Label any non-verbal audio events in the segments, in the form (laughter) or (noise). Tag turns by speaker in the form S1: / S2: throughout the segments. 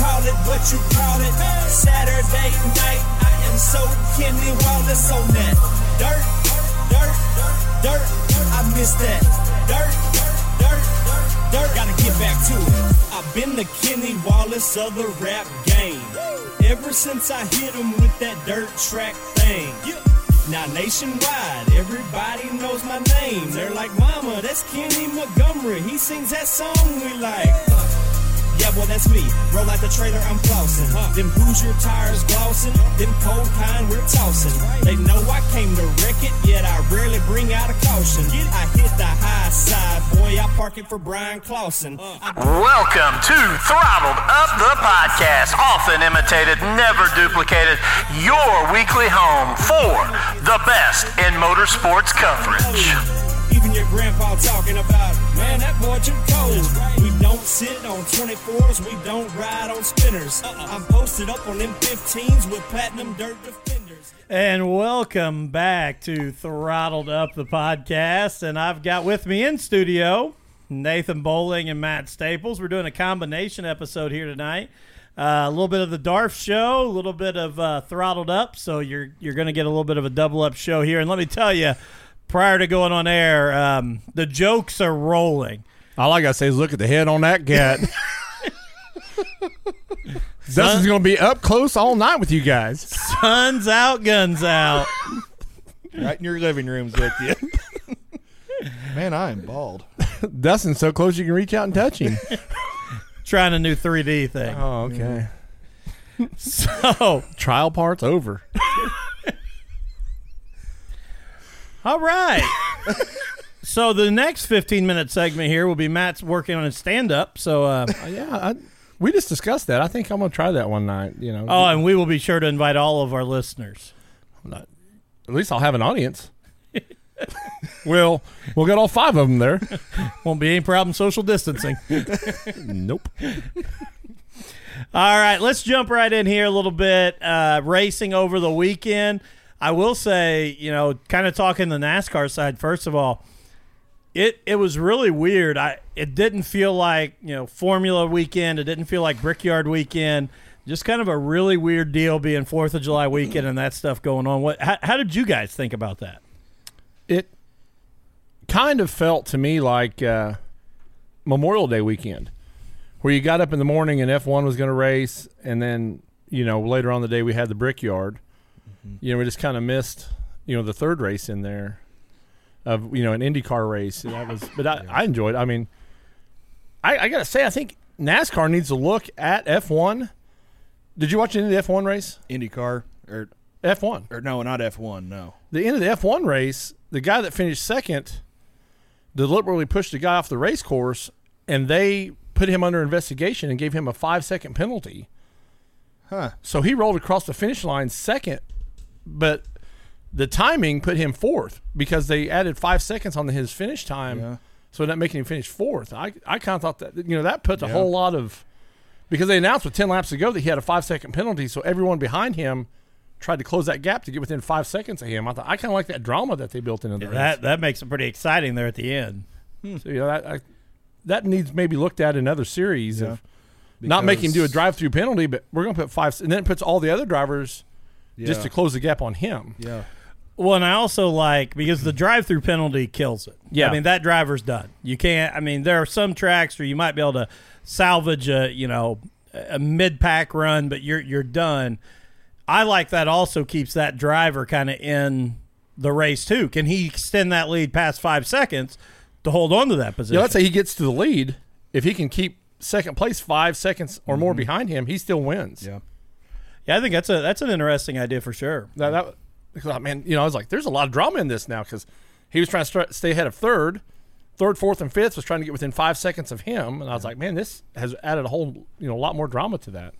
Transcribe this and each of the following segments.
S1: what you call it. Saturday night, I am so Kenny Wallace on that. Dirt, dirt, dirt, I miss that. Dirt, dirt, dirt, gotta get back to it. I've been the Kenny Wallace of the rap game. Ever since I hit him with that dirt track thing. Now nationwide, everybody knows my name. They're like, Mama, that's Kenny Montgomery. He sings that song we like. Yeah, well, that's me. Roll out the trailer, I'm flossing. Them Hoosier tires glossing. Them cold pine, we're tossing. They know I came to wreck it, yet I rarely bring out a caution. I hit the high side, boy, I park it for Brian Clausen. I
S2: Welcome to Throttled Up the Podcast, often imitated, never duplicated, your weekly home for the best in motorsports coverage.
S1: Even your grandpa talking about, man, that boy too cold. We don't sit on 24s, we don't ride on spinners. I'm posted up on them 15s with platinum dirt defenders.
S3: And welcome back to Throttled Up the Podcast. And I've got with me in studio Nathan Bowling and Matt Staples. We're doing a combination episode here tonight. Uh, a little bit of the Darf show, a little bit of uh, Throttled Up. So you're you're going to get a little bit of a double up show here. And let me tell you, prior to going on air, um, the jokes are rolling.
S4: All I gotta say is look at the head on that (laughs) cat. Dustin's gonna be up close all night with you guys,
S3: Guns out, guns out.
S4: right in your living rooms with you. (laughs)
S5: Man, I am bald.
S4: Dustin's so close you can reach out and touch him.
S3: Trying a new 3D
S4: (laughs)
S3: thing.
S4: Oh, okay.
S3: (laughs) So,
S4: Trial part's over.
S3: all (laughs) right. so the next 15 minute segment here will be Matt's working on his stand up. So, uh,
S4: Uh, yeah, I, we just discussed that. I think I'm gonna try that one night. You know,
S3: oh, and we will be sure to invite all of our listeners.
S4: at least I'll have an audience. well, we'll get all five of them there.
S3: Won't be any problem social distancing.
S4: (laughs) nope.
S3: All right, let's jump right in here a little bit. Uh, racing over the weekend. I will say, you know, kind of talking the NASCAR side first of all, it it was really weird. I it didn't feel like you know Formula weekend. It didn't feel like Brickyard weekend. Just kind of a really weird deal being Fourth of July weekend and that stuff going on. What? How, how did you guys think about that?
S4: it kind of felt to me like uh, Memorial Day weekend, where you got up in the morning and F1 was going to race, and then you know later on the day we had the Brickyard.
S5: Mm-hmm.
S4: You know, we just kind of missed you know the third race in there of you know an IndyCar race. And that was, but I, I enjoyed. it. I mean, I, I gotta say, I think NASCAR needs to look at F1. Did you watch any of the F1 race?
S5: IndyCar or
S4: F1.
S5: or no, not F1. No.
S4: the end of the F1 race, the guy that finished second deliberately pushed the guy off the race course, and they put him under investigation and gave him a five second penalty.
S5: Huh.
S4: So he rolled across the finish line second, but the timing put him fourth because they added five seconds on his finish time,
S5: Yeah.
S4: so not making him finish fourth. I I kind of thought that you know that put a whole lot of because they announced with ten laps to go that he had a five second penalty, so everyone behind him tried to close that gap to get within five seconds of him. I thought I kind of like that drama that they built into the race.
S3: That that makes it pretty exciting there at the end.
S4: So, you know, that, I, that needs maybe looked at in other series
S5: Yeah.
S4: of not making him do a
S5: Because-
S4: drive through penalty, but we're going to put five, and then it puts all the other drivers just
S5: Yeah.
S4: to close the gap on him.
S5: Yeah.
S3: Well, and I also like because the drive-through penalty kills it.
S4: Yeah.
S3: I mean that driver's done. You can't. I mean there are some tracks where you might be able to salvage a you know a mid-pack run, but you're you're done. I like that. Also keeps that driver kind of in the race too. Can he extend that lead past five seconds to hold on to that position?
S4: Yeah, let's say he gets to the lead. If he can keep second place five seconds or more behind him, he still wins.
S5: Yeah.
S3: Yeah, I think that's a that's an interesting idea for sure.
S4: That, that because, I mean, you know, I was like, there's a lot of drama in this now because he was trying to start, stay ahead of third, third, fourth, and fifth was trying to get within five seconds of him, and I was like, man, this has added a whole, you know, a lot more drama to that.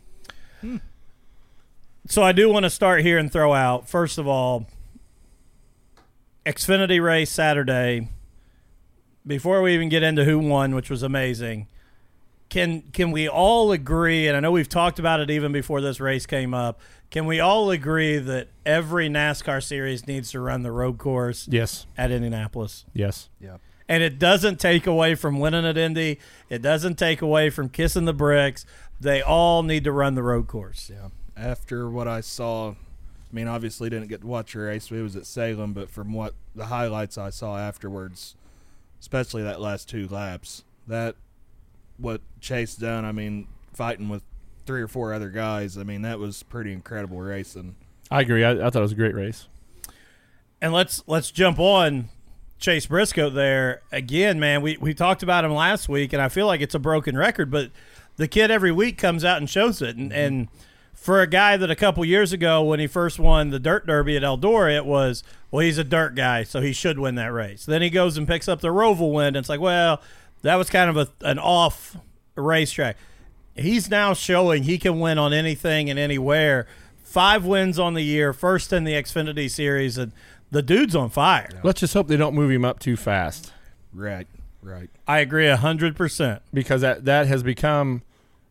S3: So I do want to start here and throw out first of all, Xfinity race Saturday. Before we even get into who won, which was amazing, can can we all agree? And I know we've talked about it even before this race came up. Can we all agree that every NASCAR series needs to run the road course
S4: Yes,
S3: at Indianapolis?
S4: yes.
S5: Yeah.
S3: And it doesn't take away from winning at Indy. It doesn't take away from kissing the bricks. They all need to run the road course.
S5: Yeah. After what I saw, I mean, obviously didn't get to watch your race. It was at Salem, but from what the highlights I saw afterwards, especially that last two laps, that what Chase done. I mean, fighting with three or four other guys. I mean, that was pretty incredible racing.
S4: I agree. I, I thought it was a great race.
S3: And let's let's jump on Chase Briscoe there again, man. We we talked about him last week, and I feel like it's a broken record, but the kid every week comes out and shows it. And, and for a guy that a couple years ago, when he first won the dirt derby at Eldora, it was well, he's a dirt guy, so he should win that race. Then he goes and picks up the Roval win, and it's like, well, that was kind of a, an off racetrack. He's now showing he can win on anything and anywhere. Five wins on the year, first in the Xfinity Series, and the dude's on fire.
S4: Let's just hope they don't move him up too fast
S5: Right. Right.
S3: I agree hundred percent.
S4: because that that has become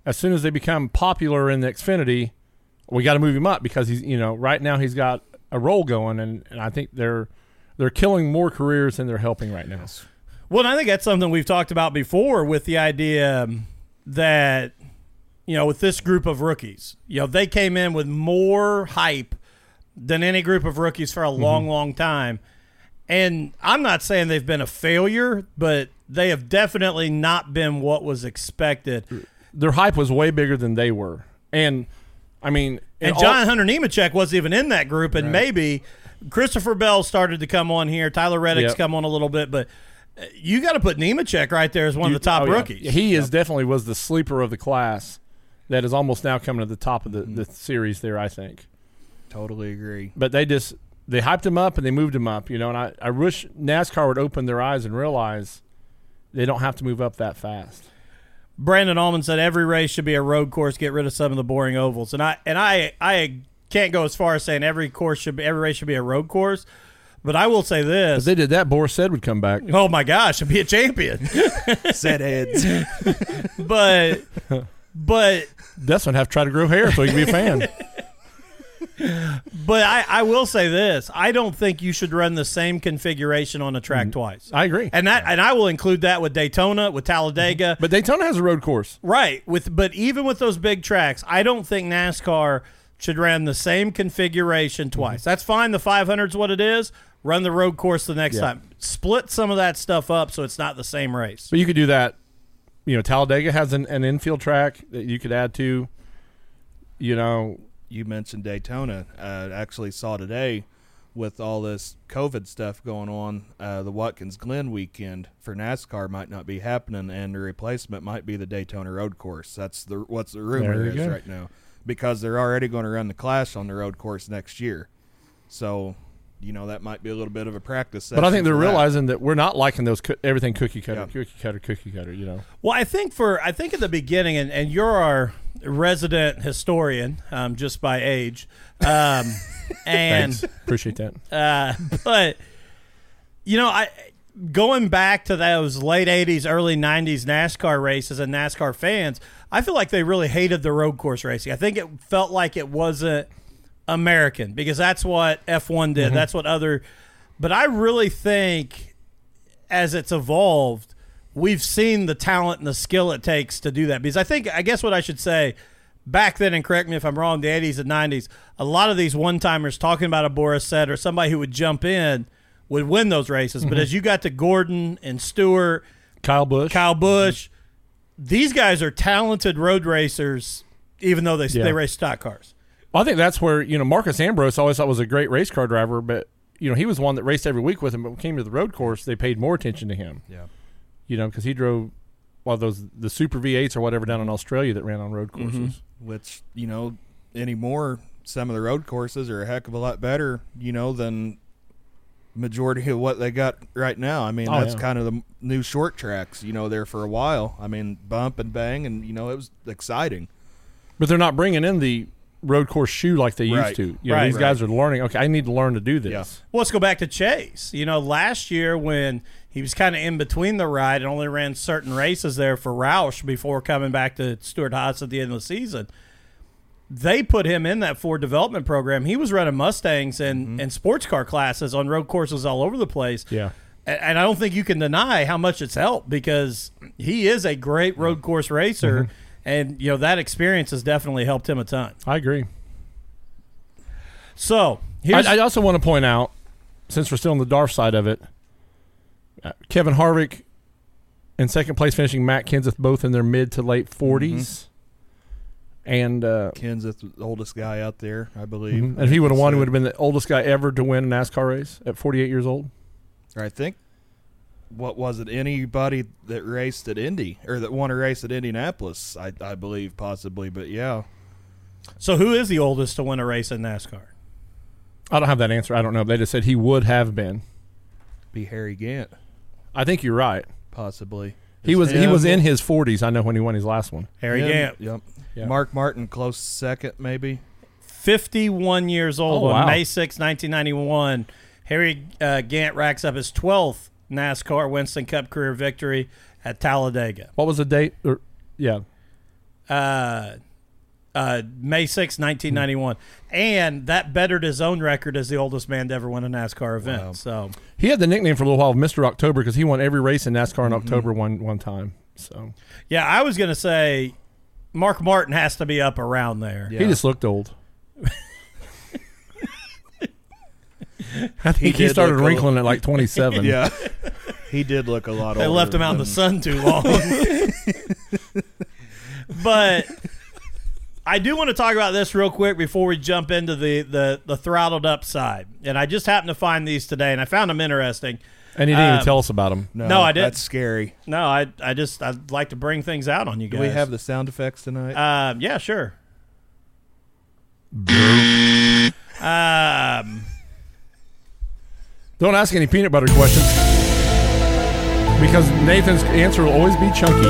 S4: as soon as they become popular in the Xfinity, we got to move him up because he's you know right now he's got a role going and, and I think they're they're killing more careers than they're helping right now.
S3: Well, and I think that's something we've talked about before with the idea um, that you know with this group of rookies, you know they came in with more hype than any group of rookies for a long, long time. And I'm not saying they've been a failure, but they have definitely not been what was expected.
S4: Their hype was way bigger than they were, and I mean, in
S3: And
S4: all-
S3: John Hunter Nemechek wasn't even in that group, and maybe Christopher Bell started to come on here. Tyler Reddick's
S4: Yep.
S3: come on a little bit, but uh, you got to put Nemechek right there as one
S4: you-
S3: of the top
S4: oh, yeah.
S3: rookies.
S4: He is definitely was the sleeper of the class that is almost now coming to the top of the,
S3: Mm-hmm.
S4: the series there. I think.
S5: Totally agree.
S4: but they just they hyped him up and they moved him up, you know. And I, I wish NASCAR would open their eyes and realize they don't have to move up that fast.
S3: Brandon Allman said every race should be a road course. Get rid of some of the boring ovals, and I and I I can't go as far as saying every course should be every race should be a road course, but I will say this.
S4: did that, Boris said would come back.
S3: Oh my gosh, and be a
S4: (laughs)
S3: champion.
S5: Set heads.
S3: But but
S4: That's gonna have to try to grow hair so he can be a (laughs) fan.
S3: but I, I will say this. I don't think you should run the same configuration on a track twice.
S4: Mm-hmm. I agree.
S3: and that and I will include that with Daytona, with Talladega,
S4: but Daytona has a road course.
S3: right? With but even with those big tracks, I don't think NASCAR should run the same configuration
S4: Mm-hmm.
S3: twice. That's fine. The 500's what it is. Run the road course the next
S4: Yeah.
S3: time. Split some of that stuff up so it's not the same race.
S4: But you could do that. You know, Talladega has an, an infield track that you could add to. You know,
S5: you mentioned Daytona. Uh, I actually saw today with all this COVID stuff going on, uh, the Watkins Glen weekend for NASCAR might not be happening, and the replacement might be the Daytona Road Course. That's the what's the rumor
S4: There you
S5: is
S4: go.
S5: right now because they're already going to run the Clash on the road course next year. So, you know that might be a little bit of a practice.
S4: but I
S5: session
S4: think they're
S5: for that.
S4: realizing that we're not liking those coo- everything cookie cutter,
S5: Yeah.
S4: cookie cutter, cookie cutter. You know,
S3: Well, I think for I think at the beginning, and, and you're our resident historian, um, just by age,
S4: (laughs)
S3: um, and
S4: Thanks. appreciate that.
S3: uh, (laughs) but you know, I going back to those late '80s, early '90s NASCAR races and NASCAR fans, I feel like they really hated the road course racing. I think it felt like it wasn't American because that's what F1 did. That's what other. But I really think as it's evolved, we've seen the talent and the skill it takes to do that. Because I think, I guess what I should say back then, and correct me if I'm wrong, the 80s and 90s, a lot of these one timers talking about a Boris set or somebody who would jump in would win those races. But as you got to Gordon and Stewart,
S4: Kyle Busch.
S3: Kyle Busch, these guys are talented road racers, even though they,
S4: Yeah.
S3: they race stock cars.
S4: Well, I think that's where you know Marcus Ambrose I always thought was a great race car driver, but you know he was one that raced every week with him. But when it came to the road course, they paid more attention to him.
S5: Yeah.
S4: You know because he drove well those the Super V8s or whatever down in Australia that ran on road courses.
S5: which you know anymore some of the road courses are a heck of a lot better you know than majority of what they got right now i mean
S4: Oh,
S5: that's
S4: yeah.
S5: kind of the m- new short tracks you know there for a while i mean bump and bang and you know it was exciting
S4: But they're not bringing in the road course shoe like they
S5: Right.
S4: used to. You know,
S3: Right.
S4: these guys are learning. Okay, I need to learn to do this.
S5: Yeah.
S3: Well, let's go back to Chase. You know, last year when he was kind of in between the ride and only ran certain races there for Roush before coming back to Stuart Haas at the end of the season, they put him in that Ford development program. He was running Mustangs and, and sports car classes on road courses all over the place.
S4: Mm-hmm. Yeah.
S3: A- And I
S4: Mm-hmm.
S3: don't think you can deny how much it's helped because he is a great road course racer. and you know that experience has definitely helped him a ton.
S4: I agree.
S3: So here's
S4: I, I also want to point out, since we're still on the Darf side of it, uh, Kevin Harvick in second place, finishing Matt Kenseth both in their mid to late 40s. And uh,
S5: Kenseth, the oldest guy out there, I believe.
S4: Mm-hmm. and if he would have won, he would have been the oldest guy ever to win a NASCAR race at 48 years old.
S5: I think. What was it? Anybody that raced at Indy or that won a race at Indianapolis, I, I believe, possibly. But yeah,
S3: so who is the oldest to win a race in NASCAR?
S4: I don't have that answer. I don't know. They just said he would have been.
S5: be Harry Gant,
S4: I think you're right.
S5: possibly.
S4: He was he
S5: Yeah.
S4: was in his 40s. I know when he won his last one.
S3: Harry
S5: Him,
S3: Gant,
S5: Yep.
S4: Yeah.
S5: Mark Martin, close second, maybe.
S3: (laughs) 51 years old
S4: Oh,
S3: on
S4: wow.
S3: May 6, 1991. Harry uh, Gant racks up his 12th NASCAR Winston Cup career victory at Talladega.
S4: What was the date? Or, yeah,
S3: uh, uh, May 6, 1991. And that bettered his own record as the oldest man to ever win a NASCAR event. So,
S4: he had the nickname for a little while of Mister October because he won every race in NASCAR in October one one time. So
S3: yeah, I was going to say Mark Martin has to be up around there.
S4: he
S5: Yeah.
S4: just looked old. I think he,
S5: did
S4: started
S5: look old.
S4: wrinkling at like 27.
S5: Yeah, he did look a lot.
S3: They
S5: older
S3: left him out in the sun
S5: than-
S3: too
S5: (laughs)
S3: long. but I do want to talk about this real quick before we jump into the, the, the throttled up side. And I just happened to find these today, and I found them interesting.
S4: And he didn't
S3: Um,
S4: even tell us about him.
S5: No,
S3: No, I didn't.
S5: That's scary.
S3: No, I, I just I'd like to bring things out on you guys.
S5: Do we have the sound effects tonight?
S3: Um, yeah, sure. um,
S4: Don't ask any peanut butter questions because Nathan's answer will always be chunky.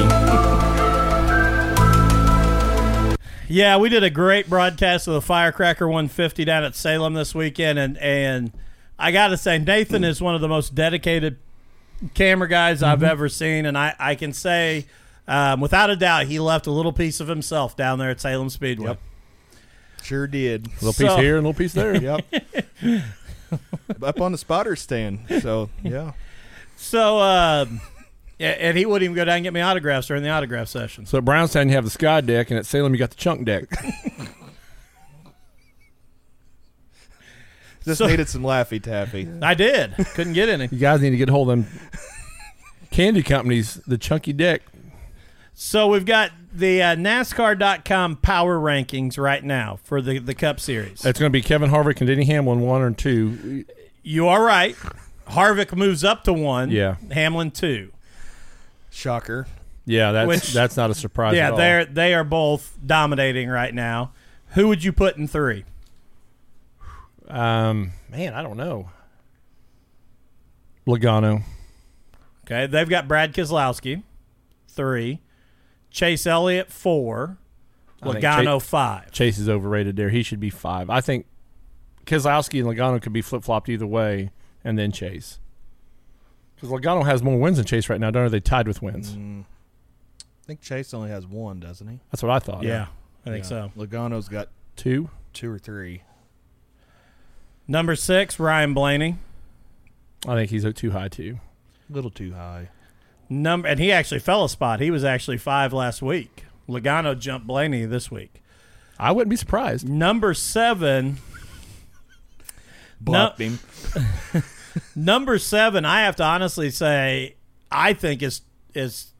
S3: yeah, we did a great broadcast of the Firecracker 150 down at Salem this weekend, and and I got to say, Nathan is one of the most dedicated camera guys I've ever seen, and I I can say. Um, without a doubt, he left a little piece of himself down there at Salem Speedway.
S5: Yep. sure did.
S4: little piece
S3: So-
S4: here and a little piece there.
S3: (laughs)
S5: yep. Up on the spotter stand. So yeah,
S3: So, um, (laughs) yeah, and he wouldn't even go down and get me autographs during the autograph session.
S4: So at Brownstown, you have the sky deck, and at Salem, you got the chunk deck.
S5: just
S3: So-
S5: needed some laffy
S3: (laughs)
S5: taffy.
S3: I did. Couldn't get any.
S4: You guys need to get a hold of them candy companies, the chunky deck.
S3: So we've got the uh, NASCAR.com power rankings right now for the, the Cup Series.
S4: It's going to be Kevin Harvick and Denny Hamlin, one or two.
S3: You are right. Harvick moves up to one.
S4: Yeah.
S3: Hamlin two.
S5: Shocker.
S4: Yeah, that's
S3: Which-
S4: that's not a surprise. at
S3: yeah,
S4: all.
S3: they're they are both dominating right now. Who would you put in three?
S4: Um, man, I don't know. Logano,
S3: Okay, they've got Brad Keselowski, three, Chase Elliott four,
S4: I think
S3: Logano five.
S4: Chase is overrated. There, he should be five. I think Keselowski and Logano could be flip flopped either way, and then Chase. Because Logano has more wins than Chase right now. Don't know they tied with wins?
S5: Mm. I think Chase only has one, doesn't he?
S4: That's what I thought.
S3: Yeah, I think so.
S5: Logano's got
S4: two.
S5: two or three.
S3: Number six, Ryan Blaney.
S4: I think he's too high too.
S5: A little too high.
S3: number and he actually fell a spot. He was actually five last week. Logano jumped Blaney this week.
S4: I wouldn't be surprised.
S3: Number seven,
S5: Blocked him.
S3: number seven. I have to honestly say, I think is is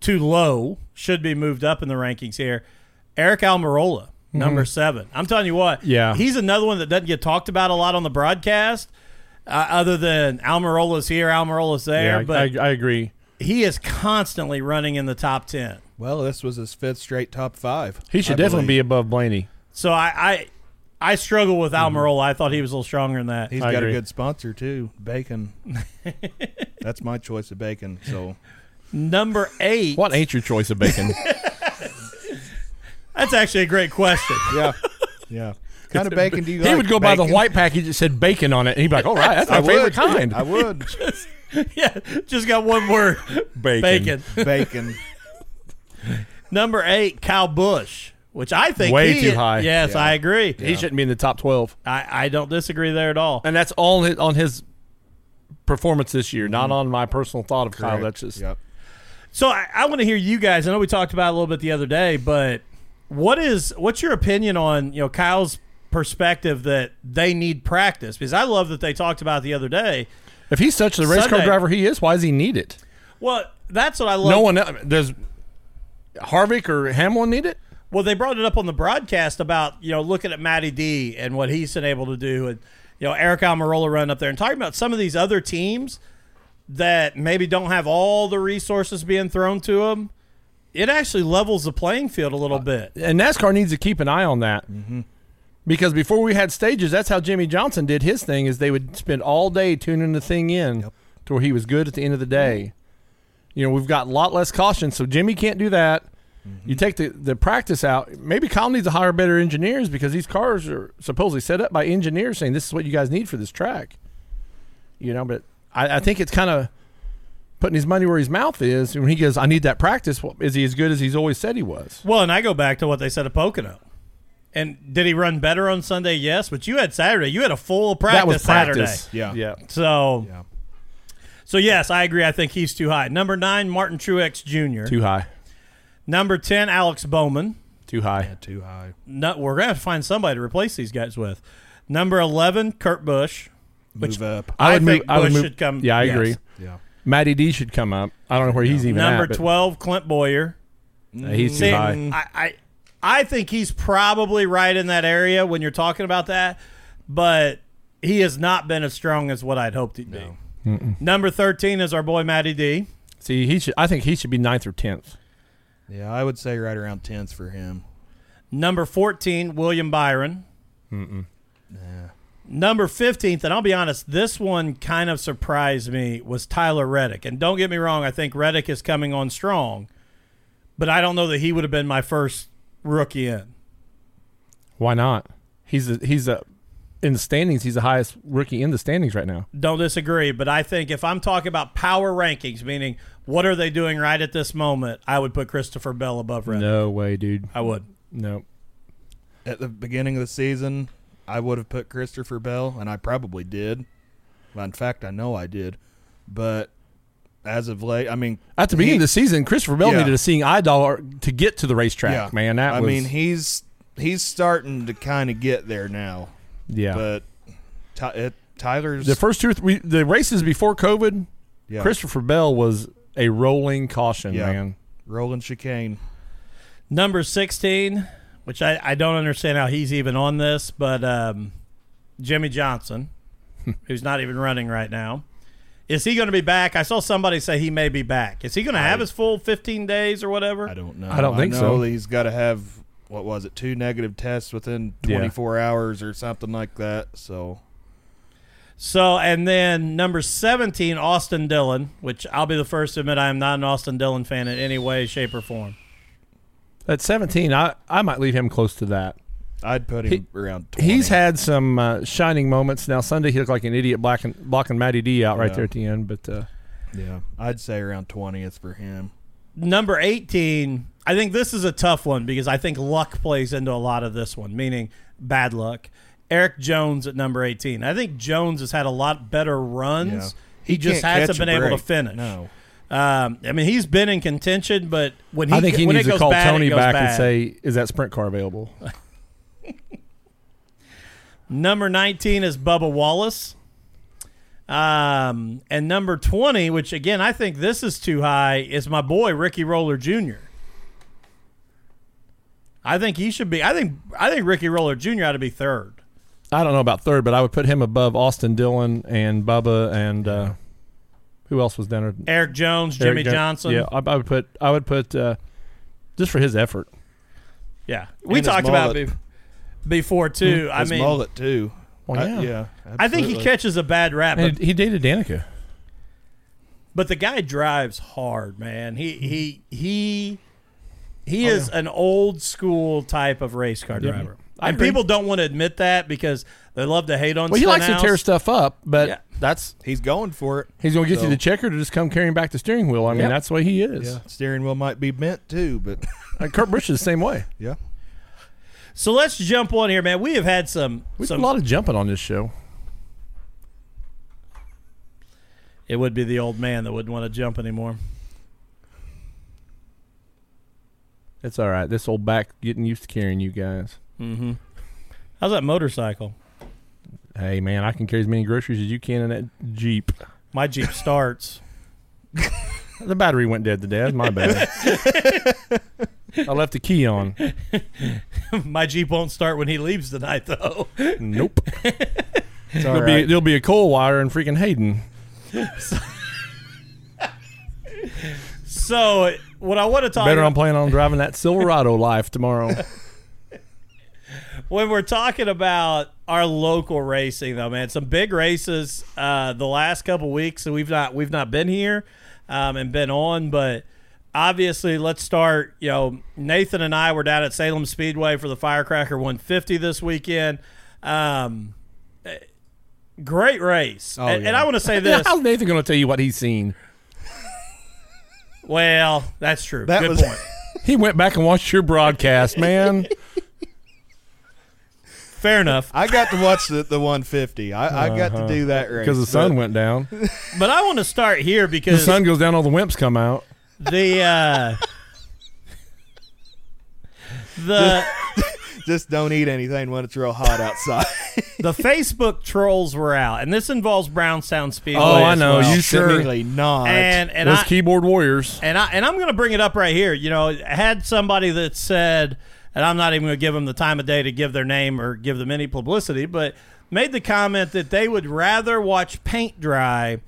S3: too low. Should be moved up in the rankings here. Eric Almirola, number seven. I'm telling you what.
S4: Mm-hmm. Yeah.
S3: he's another one that doesn't get talked about a lot on the broadcast. Uh, other than Almirola's here, Almirola's there,
S4: Yeah,
S3: but
S4: I, I agree.
S3: he is constantly running in the top ten.
S5: Well, this was his fifth straight top five.
S4: He should definitely be above Blaney.
S3: So I I, I struggle with
S4: Mm-hmm.
S3: Almirola. I thought he was a little stronger than that.
S5: He's
S4: I
S5: got
S4: agree.
S5: a good sponsor too, bacon. (laughs) That's my choice of bacon. So
S3: Number eight.
S4: What ain't your choice of bacon?
S5: (laughs)
S3: That's actually a great question.
S5: yeah, yeah. kind of bacon do you
S4: he
S5: like?
S4: would go by the
S5: Bacon?
S4: white package that said bacon on it, and he'd be like, "All right, that's my
S5: I
S4: favorite
S5: would.
S4: kind." (laughs)
S5: I would
S3: (laughs) yeah, just got one word. Bacon.
S5: bacon.
S3: Number eight, Kyle Bush, which I think
S4: Way
S3: he-
S4: too high.
S3: Yes,
S5: Yeah.
S3: I agree.
S4: He shouldn't be in the top twelve,
S3: I, I don't disagree there at all.
S4: and that's all hi- on his performance this year, not on my personal thought of Kyle. Oh, That's just
S5: yep.
S3: So I, I want to hear you guys. I know we talked about it a little bit the other day, but what is what's your opinion on you know Kyle's perspective that they need practice? Because I love that they talked about it the other day.
S4: If he's such the race car
S3: Sunday.
S4: driver he is, why does he need it?
S3: Well, that's what I love.
S4: no one else, does. Harvick or Hamlin need it?
S3: Well, they brought it up on the broadcast about you know looking at Matty D and what he's been able to do, and you know Eric Almirola running up there and talking about some of these other teams that maybe don't have all the resources being thrown to them. It actually levels the playing field a little bit.
S4: And NASCAR needs to keep an eye on that because before we had stages, that's how Jimmy Johnson did his thing. Is they would spend all day tuning the thing in to where he was good at the end of the day. You know, we've got a lot less caution, so Jimmy can't do that. You take the, the practice out. Maybe Kyle needs to hire better engineers because these cars are supposedly set up by engineers saying this is what you guys need for this track. You know, but I, I think it's kind of putting his money where his mouth is. When he goes, I need that practice. Well, is he as good as he's always said he was?
S3: Well, and I go back to what they said at Pocono. And did he run better on Sunday? Yes, but you had Saturday. You had a full practice, Saturday.
S5: Yeah.
S4: Yeah.
S3: So,
S5: Yeah.
S3: so yes, I agree. I think he's too high. Number nine, Martin Truex Jr.
S4: Too high.
S3: Number ten, Alex Bowman.
S4: Too high.
S5: Too high.
S3: No, we're gonna have to find somebody to replace these guys with. Number eleven, Kurt Busch.
S5: Move up.
S3: I think Bush should come-
S4: Yeah, I
S3: yes.
S4: agree.
S5: Yeah.
S4: Matty D should come up. I don't know where he's even
S3: Number Mm.
S4: at, but,
S3: twelve, Clint Boyer.
S4: uh, he's too
S3: See,
S4: high.
S3: I, I I think he's probably right in that area when you're talking about that, but he has not been as strong as what I'd hoped he'd be. Number thirteen is our boy Matty D.
S4: See, he should. I think he should be ninth or tenth.
S5: Yeah, I would say right around tens for him.
S3: Number fourteen, William Byron. Number 15th, and I'll be honest, this one kind of surprised me was Tyler Reddick. And don't get me wrong, I think Reddick is coming on strong, but I don't know that he would have been my first rookie in.
S4: Why not? He's a, he's a in the standings. He's the highest rookie in the standings right now.
S3: Don't disagree, but I think if I'm talking about power rankings, meaning what are they doing right at this moment, I would put Christopher Bell above Reddick.
S4: No way, dude.
S3: I would.
S4: No.
S5: At the beginning of the season, I would have put Christopher Bell, and I probably did. Well, in fact, I know I did. But as of late, I mean,
S4: At the beginning
S5: he-
S4: of the season, Christopher Bell
S5: Yeah.
S4: needed a seeing eye dollar to get to the racetrack.
S5: yeah,
S4: Man, that
S5: I
S4: was.
S5: mean, he's he's starting to kind of get there now.
S4: yeah.
S5: But Ty, it, Tyler's
S4: the first two, or three, the races before COVID,
S5: yeah,
S4: Christopher Bell was a rolling caution,
S5: Yeah.
S4: man.
S5: rolling chicane.
S3: Number 16, which I, I don't understand how he's even on this, but um, Jimmy
S5: (laughs)
S3: Johnson, who's not even running right now. Is he going to be back? I saw somebody say he may be back. Is he going to have his full 15 days or whatever?
S5: I don't know.
S4: I don't think
S5: know
S4: so.
S5: that He's got to have what was it? Two negative tests within
S4: Yeah.
S5: 24 hours or something like that. So
S3: So, and then number 17, Austin Dillon, which I'll be the first to admit I am not an Austin Dillon fan in any way, shape, or form.
S4: At 17, I, I might leave him close to that.
S5: I'd put him around. 20.
S4: He's had some uh, shining moments. Now, Sunday, he looked like an idiot blocking, blocking Matty D out right
S5: Yeah.
S4: there at the end. But uh,
S5: Yeah, I'd say around 20th for him.
S3: Number 18, I think this is a tough one because I think luck plays into a lot of this one, meaning bad luck. Eric Jones at number 18. I think Jones has had a lot better runs.
S5: Yeah.
S3: He, just
S5: can't
S3: hasn't
S5: catch a
S3: been able to
S5: break.
S3: finish.
S5: No.
S3: Um, I mean, he's been in contention, but when he,
S4: I think he
S3: when
S4: needs
S3: it
S4: to
S3: goes
S4: call
S3: bad, it
S4: Tony
S3: goes
S4: back and
S3: bad.
S4: say, is that sprint car available?
S3: Number 19 is Bubba Wallace. Um, and number 20, which again, I think this is too high, is my boy Ricky Roller Jr. I think he should be I think I think Ricky Roller Jr. ought to be third.
S4: I don't know about third, but I would put him above Austin Dillon and Bubba and uh, who else was down there?
S3: Eric Jones,
S4: Eric
S3: Jimmy
S4: Jones.
S3: Johnson.
S4: Yeah, I, I would put, I would put uh, just for his effort.
S3: Yeah. We
S5: And his
S3: talked about
S5: mullet. Mm,
S3: it before too. I
S5: His
S3: mean
S5: mullet too.
S4: Well,
S5: I-
S4: yeah.
S5: yeah.
S3: I think he
S5: absolutely.
S3: catches a bad rap, but
S4: And he, he dated Danica.
S3: But the guy drives hard, man. He he he he
S4: Oh,
S3: is an old school type of race car driver.
S4: I
S3: and
S4: agree.
S3: people don't want to admit that because they love to hate on.
S4: Well, he likes to tear
S3: Stenhouse.
S4: stuff up, but
S3: Yeah.
S4: that's
S5: He's going for it.
S4: he's going to get
S5: So-
S4: you the checker to just come carrying back the steering wheel. I mean,
S3: Yeah.
S4: that's the way he is.
S5: Yeah. Steering wheel might be bent too, but (laughs)
S4: Like Kurt Busch is the same way.
S5: yeah.
S3: So let's jump on here, man. We have had some.
S4: We do a
S3: some
S4: lot of jumping on this show.
S3: it would be the old man that wouldn't want to jump anymore.
S4: It's all right. This old back getting used to carrying you guys.
S3: How's that motorcycle?
S4: Hey man, I can carry as many groceries as you can in that Jeep.
S3: My Jeep starts. (laughs)
S4: The battery went dead today. That's my bad. (laughs) I left the key on.
S3: My Jeep won't start when he leaves tonight, though. (laughs)
S4: Nope. It's all right. There'll be a coal wire in freaking Hayden.
S3: So, what I want to talk
S4: Better
S3: about
S4: I'm planning on driving that Silverado life (laughs) tomorrow.
S3: when we're talking about our local racing, though, man, some big races uh, the last couple weeks. So we've not we've not been here um, and been on, but obviously, let's start. You know, Nathan and I were down at Salem Speedway for the Firecracker 150 this weekend. Um, eh, great race,
S5: Oh,
S3: and, and
S5: (laughs) yeah.
S3: I want to say this.
S4: How's Nathan going to tell you what he's seen?
S3: well, that's true.
S5: That
S3: Good
S5: was-
S3: point.
S4: He went back and watched your broadcast, man.
S3: Fair enough.
S5: (laughs) I got to watch the, the 150. I, I got to do that race
S4: Uh-huh. Because the sun
S5: but
S4: went down.
S3: But I want to start here
S4: The
S3: because
S4: sun goes down, all the wimps come out.
S3: the
S5: (laughs)
S3: uh, the
S5: Just don't eat anything when it's real hot outside.
S3: the Facebook trolls were out, and this involves Brownstown Speedway.
S4: Oh, I
S3: as
S4: know.
S3: well.
S4: You sent me-
S5: Surely not.
S3: and and
S4: Those
S3: I,
S4: keyboard warriors.
S3: and I and I'm going to bring it up right here. You know, had somebody that said, and I'm not even going to give them the time of day to give their name or give them any publicity, but made the comment that they would rather watch paint dry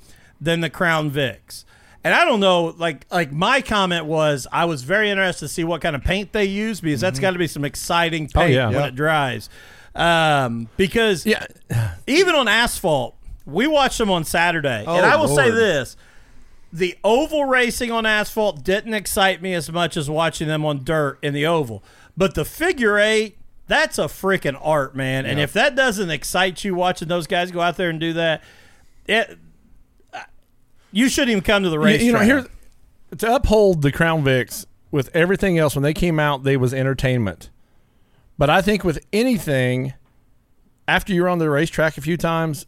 S3: than the Crown Vicks. And I don't know, like like my comment was, I was very interested to see what kind of paint they use because that's got to be some exciting paint
S4: Mm-hmm. Oh, yeah.
S3: when
S4: Yeah.
S3: it dries. Um, because
S4: Yeah.
S3: even on asphalt, we watched them on Saturday,
S4: Oh,
S3: and I will say
S5: Lord.
S3: this: the oval racing on asphalt didn't excite me as much as watching them on dirt in the oval. But the figure eight, that's a freaking art, man. And if that doesn't excite you watching those guys go out there and do that, it, you shouldn't even come to the
S4: You,
S3: race.
S4: you know, here to uphold the Crown Vicks with everything else, when they came out, they was entertainment. But I think with anything, after you're on the racetrack a few times,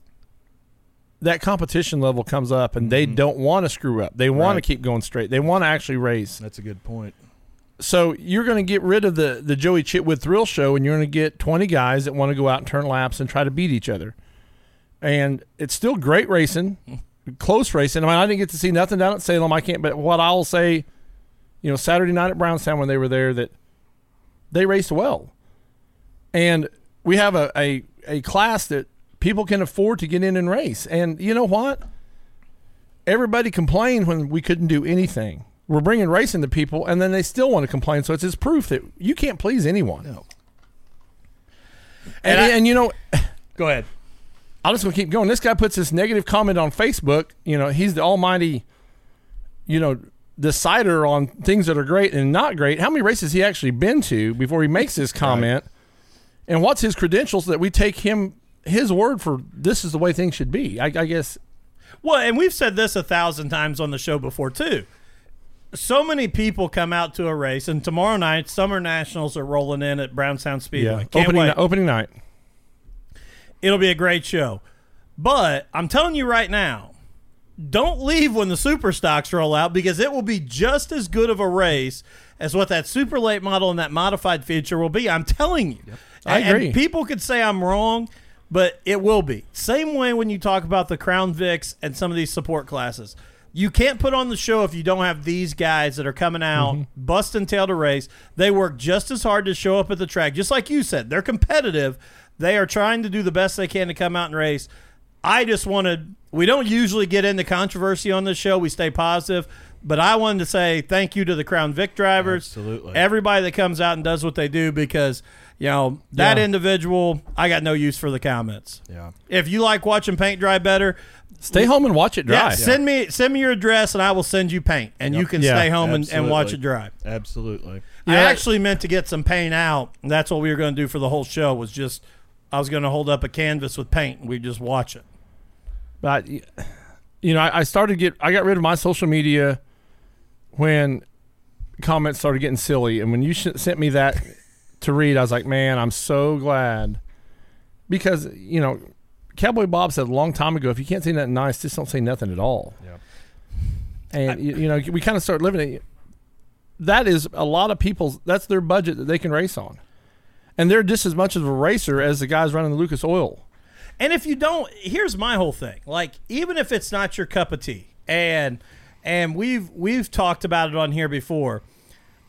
S4: that competition level comes up, and they don't want to screw up. They want
S5: Right.
S4: to keep going straight. They want to actually race.
S5: That's a good point.
S4: So you're going to get rid of the the Joey Chitwood Thrill Show, and you're going to get 20 guys that want to go out and turn laps and try to beat each other. And it's still great racing, close racing. I mean, I didn't get to see nothing down at Salem. I can't, but what I'll say, you know, Saturday night at Brownstown when they were there, that they raced well. And we have a, a, a class that people can afford to get in and race. And you know what? Everybody complained when we couldn't do anything. We're bringing racing to people, and then they still want to complain. So it's just proof that you can't please anyone. And,
S3: And I-
S4: and you know,
S3: go ahead.
S4: I'm just gonna keep going. This guy puts this negative comment on Facebook. You know, he's the almighty, you know, decider on things that are great and not great. How many races he actually been to before he makes this comment? And what's his credentials that we take him his word for this is the way things should be? I, I guess
S3: Well, and we've said this a thousand times on the show before too. So many people come out to a race, and tomorrow night, Summer Nationals are rolling in at Brownstown Speedway. Can't
S4: Opening
S3: wait.
S4: ni- opening night.
S3: It'll be a great show. But I'm telling you right now, don't leave when the super stocks roll out because it will be just as good of a race as what that super late model and that modified feature will be. I'm telling you.
S4: I
S3: And- and
S4: agree.
S3: people could say I'm wrong, but it will be. Same way when you talk about the Crown Vicks and some of these support classes. You can't put on the show if you don't have these guys that are coming out, busting tail to race. They work just as hard to show up at the track. Just like you said, they're competitive. They are trying to do the best they can to come out and race. I just wanted, we don't usually get into controversy on this show. We stay positive, but I wanted to say thank you to the Crown Vic drivers.
S5: Absolutely.
S3: Everybody that comes out and does what they do because, you know, that
S4: Yeah.
S3: individual, I got no use for the comments.
S5: Yeah.
S3: If you like watching paint dry better,
S4: Stay home and watch it
S3: yeah,
S4: dry.
S3: send me send me your address and I will send you paint and you can
S4: Yeah,
S3: stay home and, and watch it
S5: absolutely.
S3: dry.
S5: Absolutely.
S3: I
S4: Yeah.
S3: actually meant to get some paint out. And that's what we were going to do for the whole show was just I was going to hold up a canvas with paint and we just watch it.
S4: But you know, I, I started to get I got rid of my social media when comments started getting silly, and when you sh- sent me that to read, I was like, man, I'm so glad because you know, Cowboy Bob said a long time ago, if you can't say nothing nice, just don't say nothing at all.
S5: Yeah.
S4: And you, you know, we kind of start living it. that is a lot of people's that's their budget that they can race on. And they're just as much of a racer as the guys running the Lucas Oil.
S3: And if you don't, here's my whole thing. Like, even if it's not your cup of tea, and and we've we've talked about it on here before.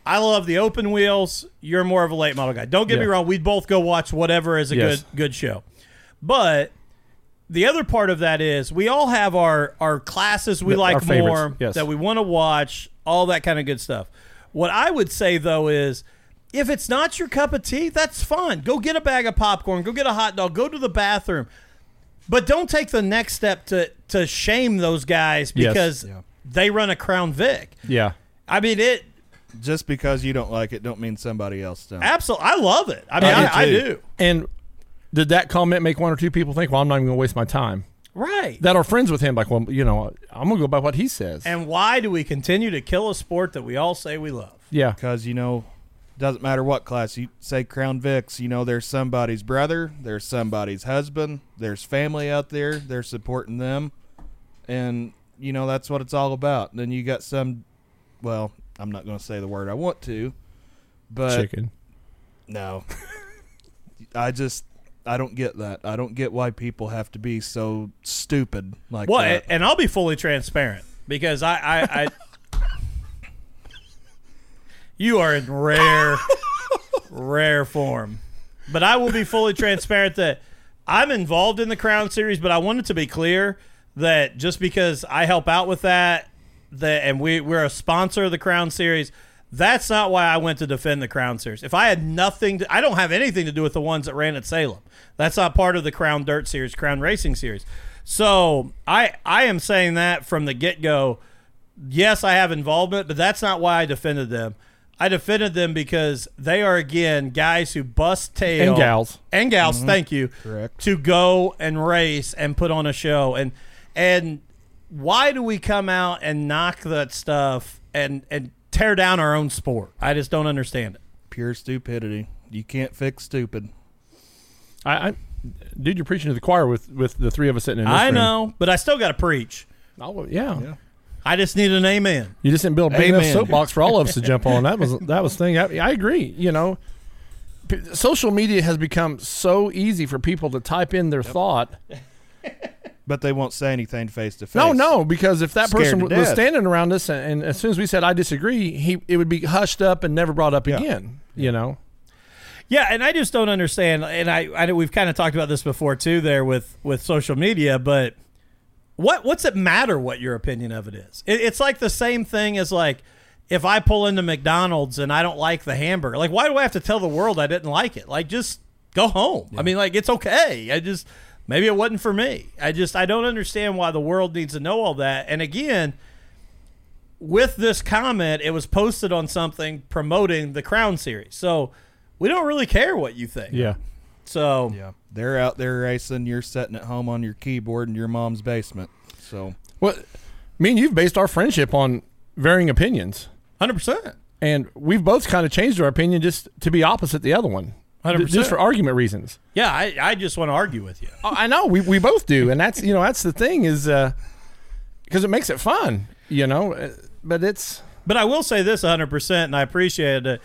S3: I love the open wheels. You're more of a late model guy. Don't get me
S4: Yeah.
S3: wrong. We'd both go watch whatever is a
S4: Yes.
S3: good good show. But the other part of that is we all have our our classes we
S4: The- our
S3: like
S4: favorites,
S3: more
S4: yes.
S3: that we want to watch, all that kind of good stuff. What I would say though is if it's not your cup of tea, that's fine. Go get a bag of popcorn, go get a hot dog, go to the bathroom. But don't take the next step to to shame those guys
S4: Yes.
S3: because
S5: Yeah.
S3: they run a Crown Vic.
S4: Yeah.
S3: I mean it
S5: Just because you don't like it, don't mean somebody else don't.
S3: absolutely I love it. I mean
S5: I do
S3: I, I
S5: too.
S3: do.
S4: Uh, And did that comment make one or two people think, well, I'm not even going to waste my time?
S3: Right.
S4: That are friends with him, like, well, you know, I'm going to go by what he says.
S3: and why do we continue to kill a sport that we all say we love?
S4: yeah.
S5: because you know doesn't matter what class you say crown vics you know there's somebody's brother there's somebody's husband there's family out there they're supporting them and you know that's what it's all about then you got some well i'm not going to say the word i want to but
S4: Chicken.
S5: no i just i don't get that i don't get why people have to be so stupid like
S3: Well,
S5: that.
S3: a- and I'll be fully transparent because I, I, I you are in
S5: (laughs)
S3: rare, rare form. But I will be fully transparent that I'm involved in the Crown Series. But I wanted to be clear that just because I help out with that, that and we we're a sponsor of the Crown Series. That's not why I went to defend the Crown Series. If I had nothing, to, I don't have anything to do with the ones that ran at Salem. That's not part of the Crown Dirt Series, Crown Racing Series. So I I am saying that from the get go yes, I have involvement, but that's not why I defended them. I defended them because they are again guys who bust tail
S4: And gals.
S3: and gals. Mm-hmm. Thank you.
S5: Correct.
S3: To go and race and put on a show and and why do we come out and knock that stuff and and tear down our own sport? I just don't understand it.
S5: pure stupidity you can't fix stupid
S4: I, I, dude, you're preaching to the choir with, with the three of us sitting in this
S3: I
S4: room.
S3: know, but I still got to preach.
S4: Oh, yeah.
S5: Yeah.
S3: I just need an amen.
S4: You just didn't build a big enough
S5: Amen.
S4: soapbox for all of us to jump on. That was that was the thing. I, I agree. You know, P- social media has become so easy for people to type in their thought.
S5: but they won't say anything face to face
S4: No, no, because if that
S5: Scared
S4: person
S5: to
S4: w- was
S5: death.
S4: standing around us, and, and as soon as we said I disagree, he it would be hushed up and never brought up again. You know,
S3: Yeah, and I just don't understand. And I, I know we've kind of talked about this before too, there with with social media. But what what's it matter what your opinion of it is? It, it's like the same thing as like if I pull into McDonald's and I don't like the hamburger. Like, why do I have to tell the world I didn't like it? Like, just go home. I mean, like it's okay. I just maybe it wasn't for me. I just I don't understand why the world needs to know all that. And again with this comment, it was posted on something promoting the Crown series. So we don't really care what you think.
S4: yeah,
S3: So
S5: Yeah, they're out there racing. You're sitting at home on your keyboard in your mom's basement.
S4: (laughs)
S5: So
S4: well, me and you've based our friendship on varying opinions,
S3: hundred percent.
S4: and we've both kind of changed our opinion just to be opposite the other one, Ju-
S3: 100%.
S4: just for argument reasons. Oh,
S3: Yeah, I, I just want to argue with you.
S4: I I know we, we both do, and that's you know that's the thing is because it makes it fun, you know. uh, But it's
S3: But I will say this hundred percent and I appreciate it.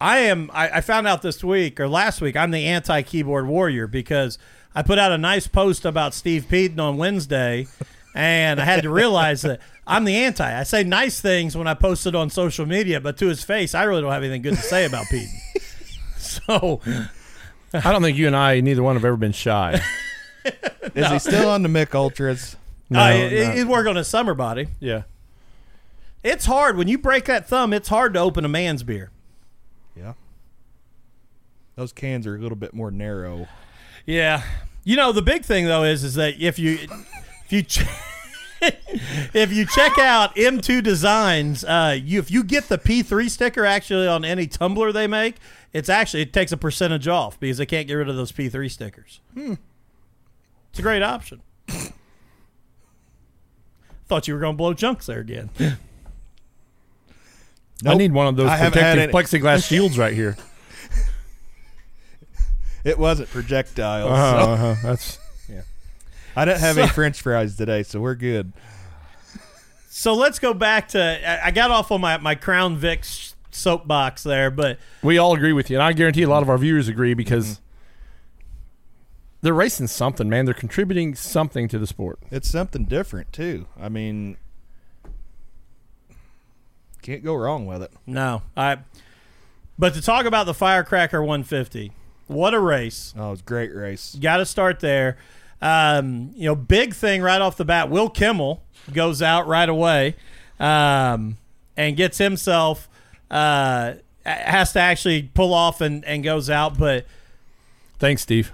S3: I am I, I found out this week or last week I'm the anti keyboard warrior because I put out a nice post about Steve Peden on Wednesday and I had to realize that I'm the anti. I say nice things when I post it on social media, but to his face I really don't have anything good to say about Peden. (laughs) So
S4: (laughs) I don't think you and I neither one have ever been (laughs) shy.
S5: is he still on the
S4: (laughs)
S5: Mick Ultras?
S3: Uh,
S4: No,
S3: it-
S4: no.
S3: He's working on his summer body.
S4: yeah,
S3: It's hard when you break that thumb. It's hard to open a man's beer.
S5: Yeah. Those cans are a little bit more narrow.
S3: Yeah, you know the big thing though is is that if you if you ch- (laughs) if you check out M2 Designs, uh, you if you get the P3 sticker actually on any tumbler they make, it's actually it takes a percentage off because they can't get rid of those P3 stickers. Hmm. It's a great option. Thought you were going to blow chunks there again.
S4: I
S5: Nope.
S4: need one of those
S5: I haven't had
S4: protective plexiglass shields right here.
S5: It wasn't projectiles.
S4: Uh-huh,
S5: so-
S4: uh-huh. That's
S5: I didn't have any French fries today, so we're good.
S3: So let's go back to. I- I got off on my, my Crown Vic sh- soapbox there, but
S4: (laughs) We all agree with you, and I guarantee a lot of our viewers agree because they're racing something, man. They're contributing something to the sport.
S5: It's something different too. I mean, can't go wrong with it.
S3: no. I. But to talk about the Firecracker 150, what a race!
S5: Oh, it's a great race.
S3: Got to start there. Um, you know, big thing right off the bat. Will Kimmel goes out right away, um, and gets himself uh, a- has to actually pull off and and goes out, but.
S4: Thanks, Steve.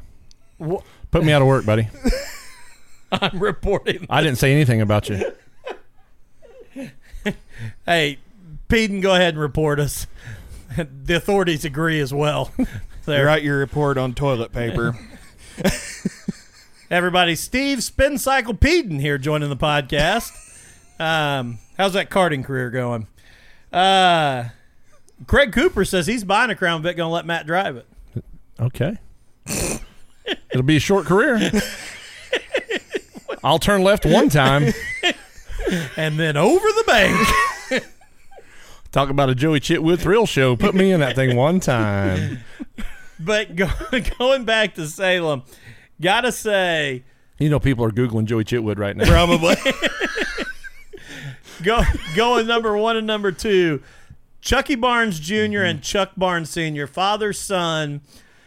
S3: Wha-
S4: Put me out of work, buddy.
S3: (laughs) I'm reporting
S4: I didn't say anything about you.
S3: Hey, Peden, go ahead and report us. (laughs) the authorities agree as well. There.
S5: Write your report on
S4: (laughs)
S5: toilet paper.
S3: Everybody, Steve Spin Cycle Peden here joining the podcast. um, how's that karting career going? Uh, Craig Cooper says he's buying a Crown Vic, going to let Matt drive it.
S4: Okay. It'll be a short career. I'll turn left one time.
S3: And then over the bank. (laughs)
S4: Talk about a Joey Chitwood thrill show. Put me in that thing one time.
S3: but go, (laughs) going back to Salem, got to say,
S4: You know, people are Googling Joey Chitwood right now.
S3: (laughs)
S5: Probably.
S3: go going number one and number two, Chucky Barnes junior and Chuck Barnes Sr., father son,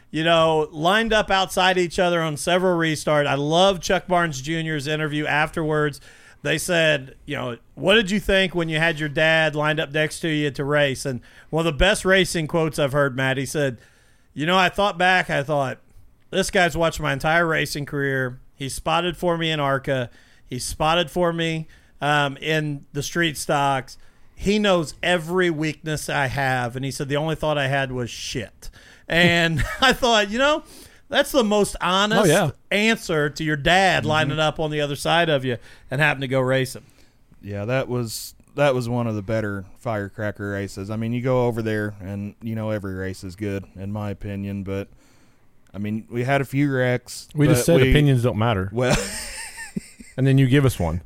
S3: you know, lined up outside each other on several restart. I love Chuck Barnes Jr.'s interview afterwards. They said, you know, what did you think when you had your dad lined up next to you to race? And one of the best racing quotes I've heard, Matt, he said, you know, I thought back, I thought, this guy's watched my entire racing career. He spotted for me in ARCA. He spotted for me um, in the street stocks. He knows every weakness I have. And he said, the only thought I had was shit. And (laughs) I thought, you know, that's the most honest
S4: Oh, yeah. Mm-hmm.
S3: answer to your dad lining up on the other side of you and having to go race him.
S5: yeah, that was that was one of the better firecracker races. I mean, you go over there and you know every race is good in my opinion, but I mean, we had a few wrecks.
S4: (laughs) We just
S5: but
S4: said opinions don't matter.
S5: (laughs) Well,
S4: And then you give us one.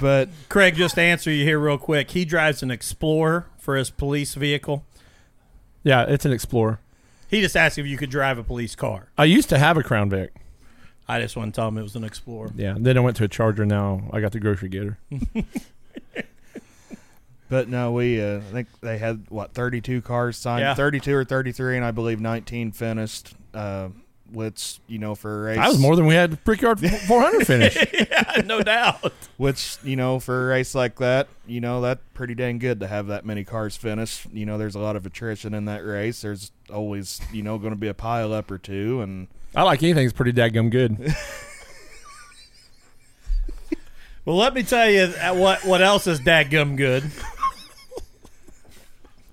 S5: but
S3: Craig, just to answer you here real quick. He drives an Explorer for his police vehicle.
S4: Yeah, it's an Explorer.
S3: He just asked if you could drive a police car.
S4: I used to have a Crown Vic.
S3: I just want to tell him it was an Explorer.
S4: Yeah. Then I went to a Charger. Now I got the grocery getter.
S5: But no, we uh, I think they had what thirty two cars signed,
S3: Yeah.
S5: thirty two or thirty three, and I believe nineteen finished. Uh, which you know for a race,
S4: That was more than we had Brickyard 400 finish.
S3: (laughs) no doubt.
S5: Which you know for a race like that, you know that's pretty dang good to have that many cars finish. You know, there's a lot of attrition in that race. There's always you know going to be a pile up or two, and
S4: I like anything that's pretty daggum good.
S3: Well, let me tell you uh, what what else is dadgum good.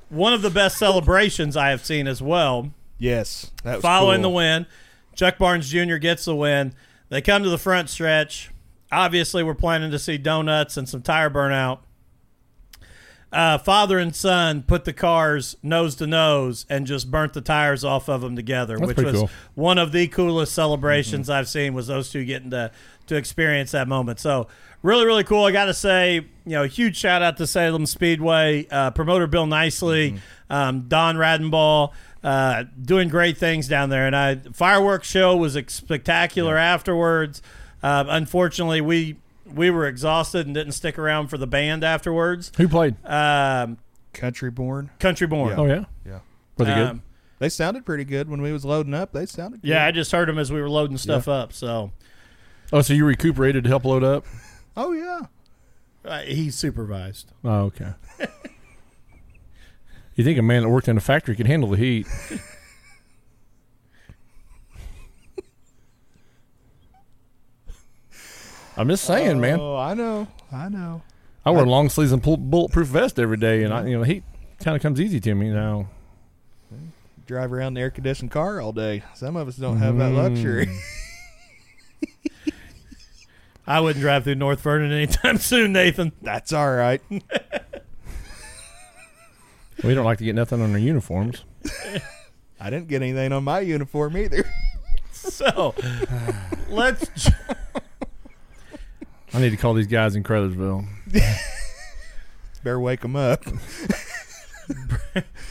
S3: One of the best celebrations I have seen as well.
S5: yes, that was
S3: Following the
S5: cool.
S3: win, Chuck Barnes Jr. gets the win. They come to the front stretch. Obviously, we're planning to see donuts and some tire burnout. Uh, father and son put the cars nose to nose and just burnt the tires off of them together, which
S4: pretty
S3: was
S4: cool. Mm-hmm.
S3: one of the coolest celebrations I've seen. Was those two getting to to experience that moment? So really, really cool. I got to say, you know, huge shout out to Salem Speedway uh, promoter Bill Nicely,
S4: Mm-hmm.
S3: um, Don Radenball, uh, doing great things down there. And I fireworks show was ex- spectacular afterwards. Uh, unfortunately, we. We were exhausted and didn't stick around for the band afterwards.
S4: Who played?
S3: Um,
S5: country born,
S3: Country Born.
S4: oh, yeah.
S5: yeah,
S4: Was it good?
S3: Um,
S5: they sounded pretty good when we was loading up. They sounded
S3: yeah, I
S5: good.
S3: just heard them as we were loading stuff up. So
S4: oh, so you recuperated to help load up?
S5: oh yeah.
S3: uh, he supervised.
S4: Oh, okay. you think a man that worked in a factory could handle the heat? I'm just saying, man.
S5: Oh, I know, I know.
S4: I wear long sleeves and pull- bulletproof vest every day, and I, you know, the heat kind of comes easy to me now.
S5: drive around an air conditioned car all day. Some of us don't have that luxury.
S3: Mm. I wouldn't drive through North Vernon anytime (laughs) soon, Nathan.
S5: (laughs) That's all right.
S4: We don't like to get nothing on our uniforms.
S5: I didn't get anything on my uniform either. (laughs)
S3: So let's. j-
S4: I need to call these guys in Crothersville.
S5: Better wake them up.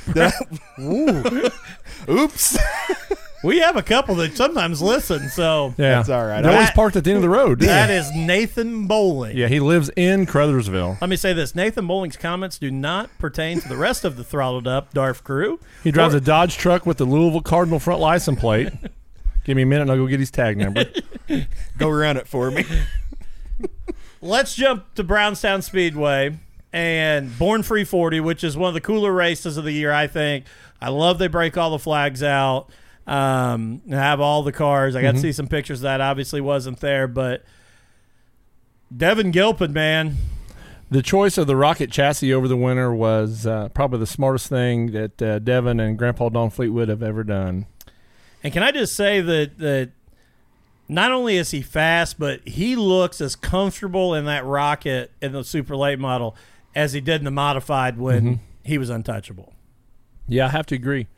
S5: That- Ooh. Oops.
S3: We have a couple that sometimes listen, so
S4: Yeah,
S5: That's all right.
S4: They're always
S3: That-
S4: parked at the end of the road.
S3: (laughs) that is Nathan Bowling.
S4: yeah, he lives in Crothersville.
S3: Let me say this Nathan Bowling's comments do not pertain to the rest of the throttled up DARF crew.
S4: He drives a Dodge truck with the Louisville Cardinal front license plate. Give me a minute, and I'll go get his tag number.
S5: Go run it for me.
S3: Let's jump to Brownstown Speedway and Born Free 40, which is one of the cooler races of the year, I think. I love they break all the flags out um, and have all the cars. I got to see some pictures of that obviously wasn't there, but Devin Gilpin, man,
S4: the choice of the rocket chassis over the winter was uh, probably the smartest thing that uh, Devin and Grandpa Don Fleetwood have ever done.
S3: And can I just say that that not only is he fast, but he looks as comfortable in that rocket in the super late model as he did in the modified when he was untouchable.
S4: Yeah, I have to agree.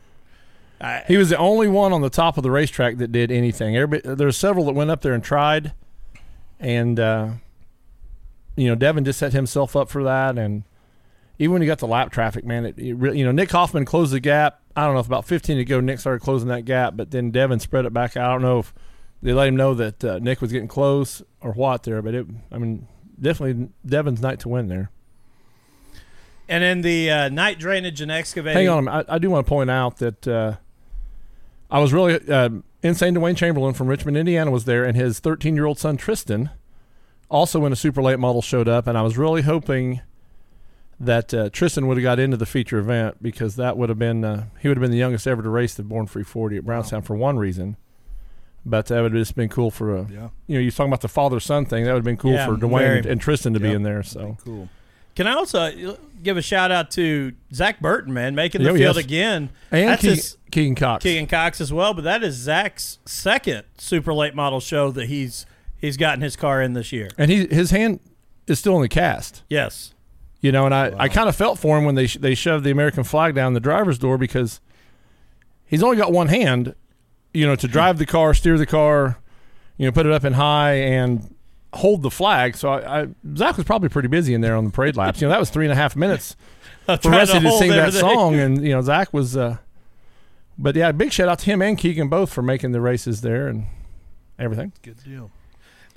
S4: he was the only one on the top of the racetrack that did anything. Everybody, there were several that went up there and tried, and uh, you know Devin just set himself up for that. And even when he got the lap traffic, man, it, it really, you know Nick Hoffman closed the gap. I don't know if about 15 ago Nick started closing that gap, but then Devin spread it back. out. I don't know if they let him know that uh, Nick was getting close or what there, but it, I mean, definitely Devin's night to win there.
S3: And in the uh, night drainage and excavating,
S4: Hang on, a minute. I, I do want to point out that uh, I was really uh, insane. Dwayne Chamberlain from Richmond, Indiana, was there, and his 13 year old son Tristan, also in a super late model, showed up, and I was really hoping that uh, Tristan would have got into the feature event because that would have been uh, he would have been the youngest ever to race the Born Free 40 at Brownstown for one reason. But that would have just been cool for a,
S5: Yeah.
S4: you know, you're talking about the father son thing. That would have been cool
S3: Yeah,
S4: for Dwayne
S3: very.
S4: and, and Tristan to be
S5: Yep.
S4: in there. So
S5: Cool.
S3: can I also uh, give a shout out to Zach Burton, man, making the
S4: Oh,
S3: field
S4: yes.
S3: again.
S4: and
S3: That's
S4: Keegan,
S3: his-
S4: Keegan Cox,
S3: Keegan Cox as well, but that is Zach's second super late model show that he's he's gotten his car in this year.
S4: and he his hand is still in the cast.
S3: Yes.
S4: You know, and I, I kind of felt for him when they sh- they shoved the American flag down the driver's door because he's only got one hand, you know, to drive the car, steer the car, you know, put it up in high and hold the flag. So I, I Zach was probably pretty busy in there on the parade laps. You know, that was three and a half
S3: (laughs)
S4: minutes for
S3: Trying
S4: Rusty to,
S3: hold
S4: sing that
S3: everything.
S4: song, and you know, Zach was. Uh, but yeah, big shout out to him and Keegan both for making the races there and everything.
S5: Good deal.
S3: (laughs)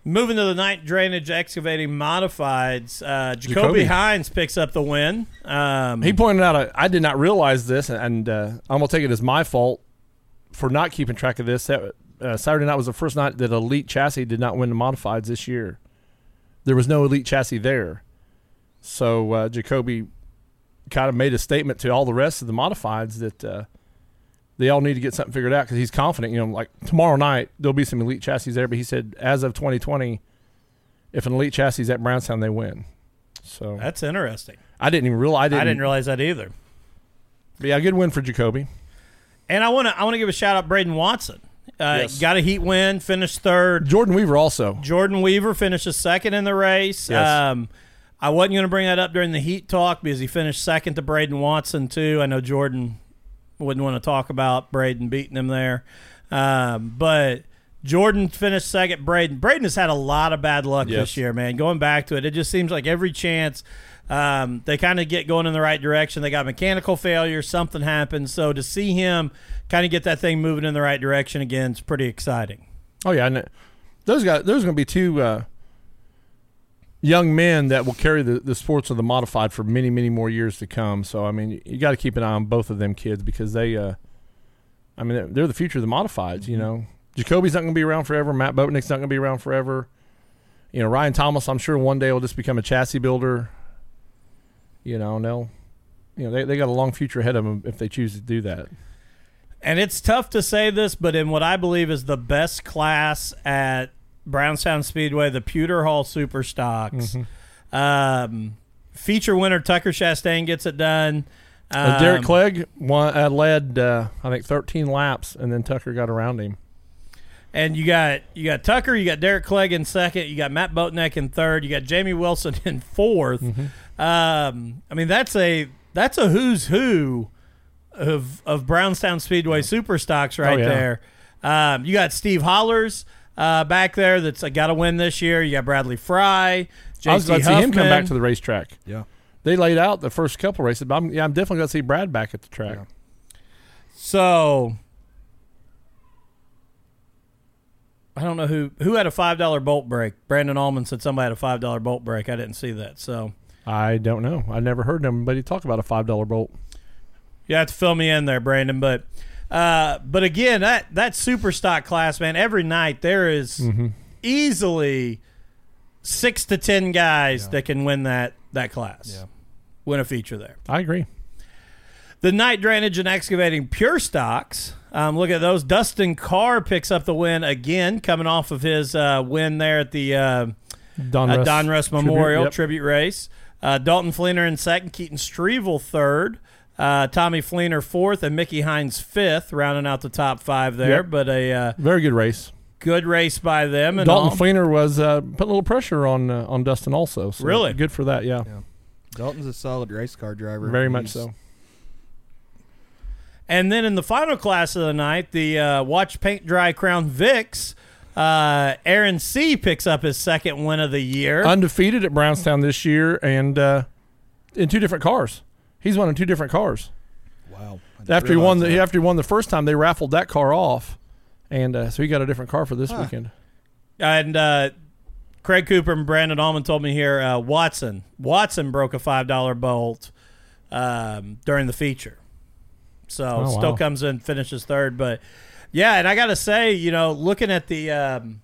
S3: Moving to the night drainage excavating modifieds, uh, Jacoby,
S4: Jacoby.
S3: Hines picks up the win. Um,
S4: He pointed out, uh, I, I did not realize this, and uh, I'm going to take it as my fault for not keeping track of this. That, uh, Saturday night was the first night that Elite Chassis did not win the modifieds this year. There was no Elite Chassis there. So uh, Jacoby kind of made a statement to all the rest of the modifieds that uh, they all need to get something figured out because he's confident. You know, like tomorrow night, there'll be some Elite Chassis there, but he said, as of 2020, if an Elite Chassis is at Brownstown, they win. So
S3: that's interesting.
S4: I didn't even realize. I
S3: I
S4: didn't,
S3: didn't realize that either.
S4: But yeah, good win for Jacoby.
S3: And I want to I want to give a shout out Braden Watson. Uh, Got a heat win, finished third.
S4: Jordan Weaver also.
S3: Jordan Weaver finishes second in the race.
S4: Yes.
S3: Um, I wasn't going to bring that up during the heat talk because he finished second to Braden Watson too. I know Jordan wouldn't want to talk about Braden beating him there, um, but Jordan finished second. Braden Braden has had a lot of bad luck
S4: Yes.
S3: this year, man. Going back to it, it just seems like every chance. Um, they kind of get going in the right direction. They got mechanical failure, something happened. So to see him kind of get that thing moving in the right direction again is pretty exciting.
S4: Oh yeah, and those guys. There's going to be two uh, young men that will carry the, the sports of the modified for many, many more years to come. So I mean, you, got to keep an eye on both of them kids because they, uh, I mean, they're- they're the future of the modifieds. You know, Jacoby's not going to be around forever. Matt Boatnick's not going to be around forever. You know, Ryan Thomas. I'm sure one day will just become a chassis builder. You know, and they'll, you know, they, they got a long future ahead of them if they choose to do that.
S3: and it's tough to say this, but in what I believe is the best class at Brownstown Speedway, the Pewter Hall Super Stocks.
S4: Mm-hmm.
S3: Um, feature winner Tucker Chastain gets it done.
S4: Uh, Derek
S3: Um,
S4: Clegg won, uh, led, uh, I think, 13 laps, and then Tucker got around him.
S3: And you got you got Tucker, you got Derek Clegg in second, you got Matt Boatneck in third, you got Jamie Wilson (laughs) in 4th
S4: Mm-hmm.
S3: Um, I mean that's a that's a who's who of of Brownstown Speedway super stocks right
S4: Oh, yeah.
S3: there. Um, you got Steve Hollers, uh, uh, back there that's uh, got to win this year. You got Bradley Fry,
S4: I was glad
S3: JC
S4: to
S3: Huffman.
S4: see him come back to the racetrack.
S5: Yeah.
S4: They laid out the first couple races, but I'm, yeah, I'm definitely going to see Brad back at the track.
S3: So I don't know who who had a five dollar bolt break. Brandon Allman said somebody had a five dollar bolt break. I didn't see that. So
S4: I don't know. I never heard anybody talk about a five dollar bolt.
S3: you have to fill me in there, Brandon. But uh, but again, that that super stock class, man. Every night there is easily six to ten guys that can win that that class.
S5: Yeah.
S3: Win a feature there.
S4: I agree.
S3: The night drainage and excavating pure stocks. Um, look at those. Dustin Carr picks up the win again, coming off of his uh, win there at the uh,
S4: Don
S3: uh,
S4: Russ,
S3: Don Russ Memorial
S4: Tribute,
S3: Tribute Race. Uh, Dalton Fleener in second, Keaton Strevel third, uh, Tommy Fleener fourth, and Mickey Hines fifth, rounding out the top five there.
S4: Yep.
S3: But a uh,
S4: yep. Very good race.
S3: good race by them. And all.
S4: Dalton Fleener was uh, putting a little pressure on uh, on Dustin also. So
S3: Really?
S4: good for that. Yeah,
S5: Dalton's a solid race car driver.
S4: very much
S5: He's-
S4: so.
S3: And then in the final class of the night, the uh, Watch Paint Dry Crown Vix, uh, Aaron C picks up his second win of the year.
S4: Undefeated at Brownstown this year, and uh, in two different cars. He's won in two different cars.
S5: Wow. I didn't
S4: After he won the
S5: realize that.
S4: after he won the first time, they raffled that car off, and uh, so he got a different car for this weekend.
S3: and uh, Craig Cooper and Brandon Allman told me here uh, Watson Watson broke a five dollar bolt um, during the feature, so
S4: Oh,
S3: still
S4: wow.
S3: comes in finishes third. But yeah, and I gotta say, you know, looking at the um,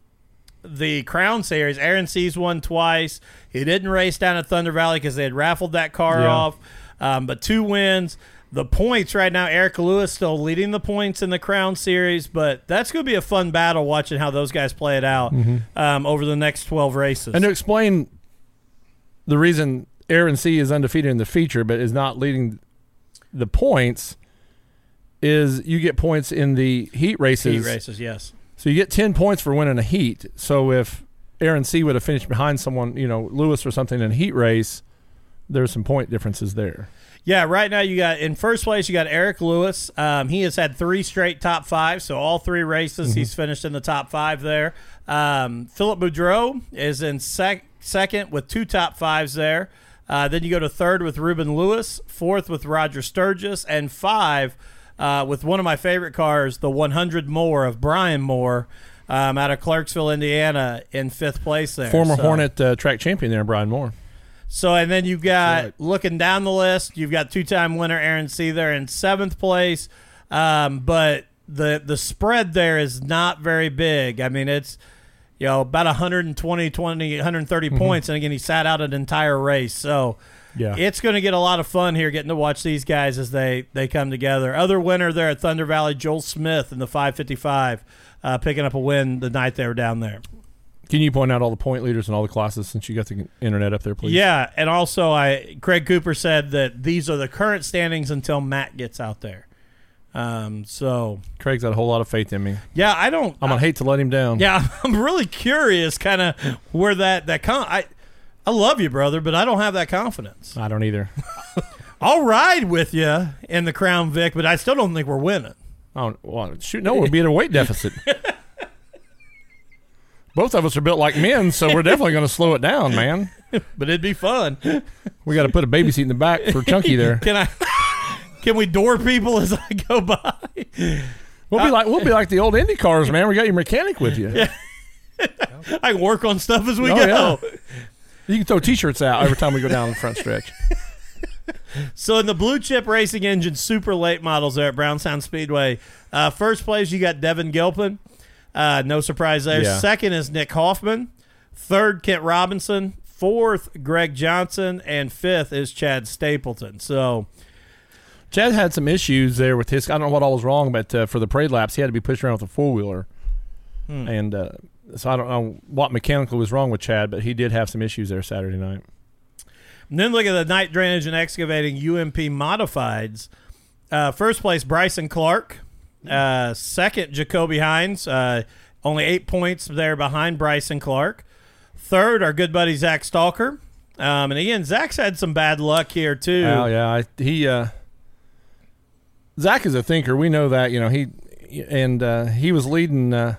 S3: the Crown Series, Aaron C's won twice. He didn't race down at Thunder Valley because they had raffled that car
S4: Yeah.
S3: off, um, but two wins. The points right now, Eric Lewis still leading the points in the Crown Series, but that's going to be a fun battle watching how those guys play it out um, over the next 12 races.
S4: Mm-hmm. And to explain the reason Aaron C is undefeated in the feature but is not leading the points is you get points in the heat races.
S3: Heat races, yes.
S4: So you get 10 points for winning a heat. So if Aaron C would have finished behind someone, you know, Lewis or something in a heat race, there's some point differences there.
S3: Yeah, right now you got in first place. You got Eric Lewis. Um, he has had three straight top five, so all three races he's
S4: Mm-hmm.
S3: finished in the top five there. Um, Philip Boudreau is in sec- second with two top fives there. Uh, then you go to third with Ruben Lewis, fourth with Roger Sturgis, and five uh, with one of my favorite cars, the 100 Moore of Brian Moore um, out of Clarksville, Indiana, in fifth place there.
S4: Former
S3: So-
S4: Hornet uh, track champion there, Brian Moore.
S3: so, and then you've got
S5: right.
S3: looking down the list, you've got two-time winner Aaron C there in seventh place, um, but the the spread there is not very big. I mean, it's you know about 120, 20, 130 points, and again he sat out an entire race. So,
S4: Yeah.
S3: it's going to get a lot of fun here getting to watch these guys as they they come together. Other winner there at Thunder Valley, Joel Smith in the 555, uh, picking up a win the night they were down there.
S4: Can you point out all the point leaders and all the classes since you got the internet up there, please?
S3: Yeah, and also I Craig Cooper said that these are the current standings until Matt gets out there. Um, so
S4: Craig's got a whole lot of faith in me.
S3: yeah, I don't.
S4: I'm going to hate to let him down.
S3: yeah, (laughs) I'm really curious, kind of where that that con. I I love you, brother, but I don't have that confidence.
S4: I don't either.
S3: I'll ride with you in the Crown Vic, but I still don't think we're winning.
S4: Oh well, shoot! No, we'll be at a weight
S3: (laughs)
S4: deficit. Both of us are built like men, so we're definitely going to slow it down, man.
S3: But it'd be fun.
S4: We got to put a baby seat in the back for Chunky there.
S3: Can I? (laughs) Can we door people as I go by?
S4: We'll be like we'll be like the old Indy (laughs) cars, man. We got your mechanic with you.
S3: I can work on stuff as we
S4: Oh,
S3: go.
S4: You can throw T-shirts out every time we go down the front stretch.
S3: So in the blue chip racing engine super late models there at Brownstown Speedway, uh, first place you got Devin Gilpin. Uh, no surprise there.
S4: Yeah.
S3: Second is Nick Hoffman. Third, Kent Robinson. Fourth, Greg Johnson, and fifth is Chad Stapleton. So
S4: (laughs) Chad had some issues there with his. I don't know what all was wrong, but uh, for the parade laps, he had to be pushed around with a four wheeler, and uh, so I don't know what mechanical was wrong with Chad, but he did have some issues there Saturday night.
S3: and then look at the night drainage and excavating UMP modifieds. Uh, first place, Bryson Clark. Uh, second, Jacoby Hines. Uh, only eight points there behind Bryson Clark. Third, our good buddy Zach Stalker. Um, and again, Zach's had some bad luck here too.
S4: Oh yeah, I, he uh, Zach is a thinker. We know that. You know he and uh, he was leading. Uh,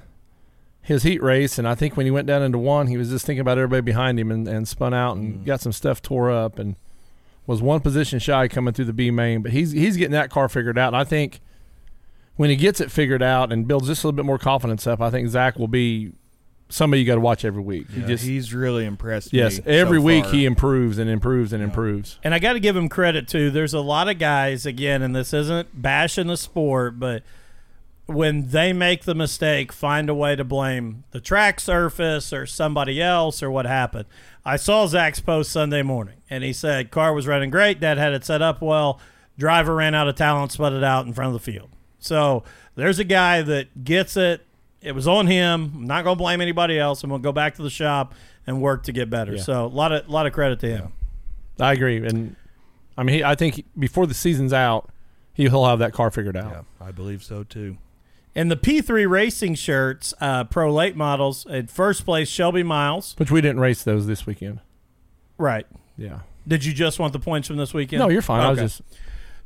S4: his heat race, and I think when he went down into one, he was just thinking about everybody behind him and, and spun out
S5: Mm.
S4: and got some stuff tore up and was one position shy coming through the B main. But he's he's getting that car figured out, and I think when he gets it figured out and builds just a little bit more confidence up, I think Zach will be somebody you got to watch every week. You
S5: Yeah,
S4: just
S5: he's really impressed.
S4: yes,
S5: me so
S4: every week
S5: far.
S4: he improves and improves and improves.
S3: And I got to give him credit too. There's a lot of guys again, and this isn't bashing the sport, but when they make the mistake, find a way to blame the track surface or somebody else or what happened. I saw Zach's post Sunday morning, and he said car was running great, dad had it set up well, driver ran out of talent, spun it out in front of the field. So there's a guy that gets it. It was on him. I'm not gonna blame anybody else. I'm gonna go back to the shop and work to get better. So a lot of lot of credit to him.
S4: I agree, and I mean, he, I think he- before the season's out, he- he'll have that car figured out.
S5: Yeah, I believe so too.
S3: And the P3 Racing shirts, uh, pro late models, in first place, Shelby Miles.
S4: Which we didn't race those this weekend.
S3: Right.
S4: Yeah.
S3: Did you just want the points from this weekend?
S4: No, you're fine. I was
S3: Okay.
S4: just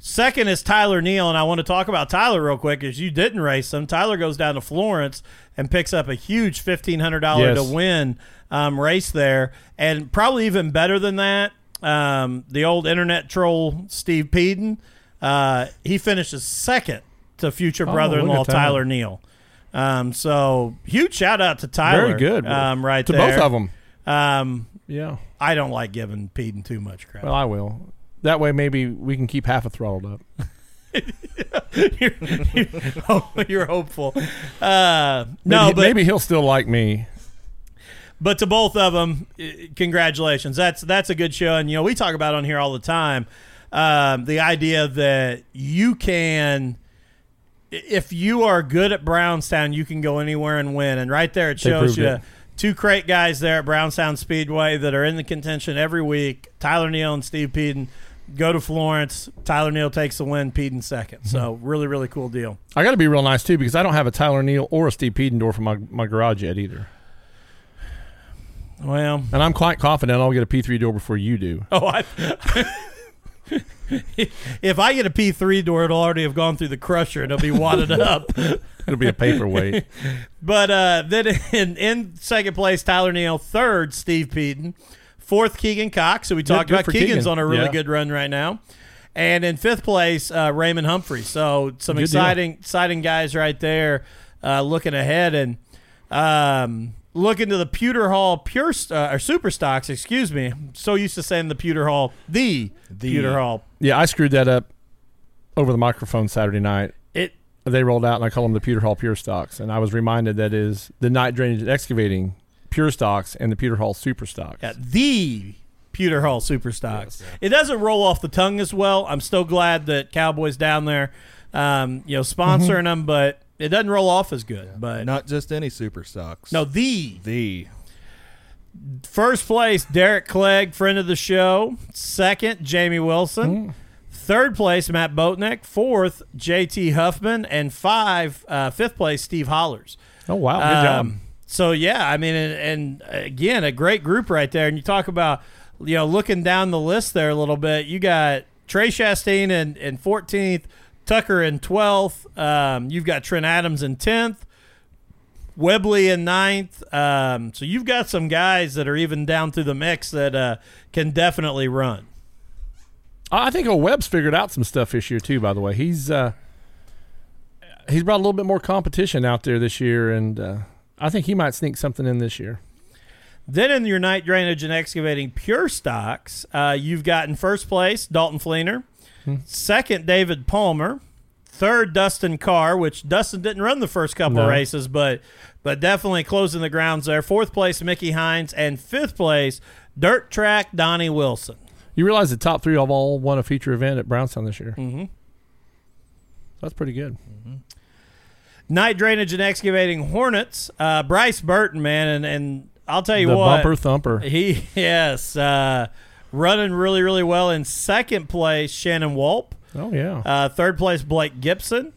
S3: Second is Tyler Neal, and I want to talk about Tyler real quick because you didn't race him. Tyler goes down to Florence and picks up a huge fifteen hundred dollar
S4: Yes.
S3: to win um, race there, and probably even better than that, um, the old internet troll Steve Peden. Uh, he finishes second to future brother-in-law
S4: Oh, look at that.
S3: Tyler Neal. Um, so huge shout out to Tyler.
S4: very good.
S3: um, right
S4: to
S3: there
S4: both of them.
S3: Um,
S4: Yeah.
S3: I don't like giving Peden too much credit.
S4: Well, I will. That way, maybe we can keep half a throttled up.
S3: you're, you're, (laughs) you're hopeful. Uh, no,
S4: Maybe-
S3: but
S4: maybe he'll still like me.
S3: but to both of them, i- congratulations. That's that's a good show, and you know we talk about it on here all the time um, the idea that you can. i- If you are good at Brownstown, you can go anywhere and win. And right there, it shows
S4: proved
S3: you
S4: it.
S3: two great guys there at Brownstown Speedway that are in the contention every week. Tyler Neal and Steve Peden go to Florence. Tyler Neal takes the win, Peden second. So
S4: Mm-hmm.
S3: really, really cool deal.
S4: I got to be real nice too because I don't have a Tyler Neal or a Steve Pedendorf in my, my garage yet either.
S3: Well,
S4: And I'm quite confident I'll get a P3 door before you do.
S3: (laughs) Oh, I. if I get a P three door, it'll already have gone through the crusher and it'll be wadded up.
S4: It'll be a
S3: (laughs)
S4: paperweight.
S3: But uh, then in, in second place, Tyler Neal. Third, Steve Peden. Fourth, Keegan Cox. So we talked
S4: good
S3: about
S4: for
S3: Keegan's
S4: Keegan.
S3: on a really
S4: Yeah.
S3: good run right now. And in fifth place, uh, Raymond Humphrey. So some
S4: Good deal.
S3: exciting, exciting guys right there uh, looking ahead and um, looking to the Pewter Hall Pure uh, or Super Stocks. Excuse me. I'm so used to saying the Pewter Hall, the,
S5: The-
S3: Pewter Hall.
S4: yeah, I screwed that up over the microphone Saturday night.
S3: It
S4: They rolled out and I call them the Peter Hall Pure Stocks. And I was reminded that is the night drainage and excavating Pure Stocks and the Peter Hall Super Stocks.
S3: Yeah, the Pewter Hall Superstocks. It doesn't roll off the tongue as well. I'm still glad that Cowboys down there, um, you know, sponsoring them, but it doesn't roll off as good. But
S5: Not just any super stocks.
S3: no, the
S5: the
S3: first place Derek Clegg, friend of the show. Second, Jamie Wilson. Third place, Matt Boatneck. Fourth, JT Huffman, and five, uh, fifth place, Steve Hollers.
S4: Oh, wow. Good job.
S3: Um, so yeah, I mean, and, and again, a great group right there. And you talk about you know looking down the list there a little bit. You got Trey Chastain in in fourteenth, Tucker in twelfth. Um, you've got Trent Adams in tenth. Webley in ninth, um, so you've got some guys that are even down through the mix that uh, can definitely run.
S4: I I think old Webb's figured out some stuff this year too. By the way, he's uh, he's brought a little bit more competition out there this year, and uh, I think he might sneak something in this year.
S3: Then in your night drainage and excavating pure stocks, uh, you've got in first place Dalton Fleener,
S4: Hmm.
S3: second David Palmer, third Dustin Carr, which Dustin didn't run the first couple
S4: No.
S3: races, but but definitely closing the grounds there. Fourth place Mickey Hines and fifth place Dirt Track Donnie Wilson.
S4: You realize the top three have all won a feature event at Brownstown this year. Mm-hmm. That's pretty good.
S3: Night drainage and excavating Hornets, uh, Bryce Burton, man, and and I'll tell you
S4: the
S3: what,
S4: bumper thumper.
S3: He (laughs) yes, uh, running really really well in second place Shannon Walp.
S4: Oh yeah,
S3: Uh, third place, Blake Gibson.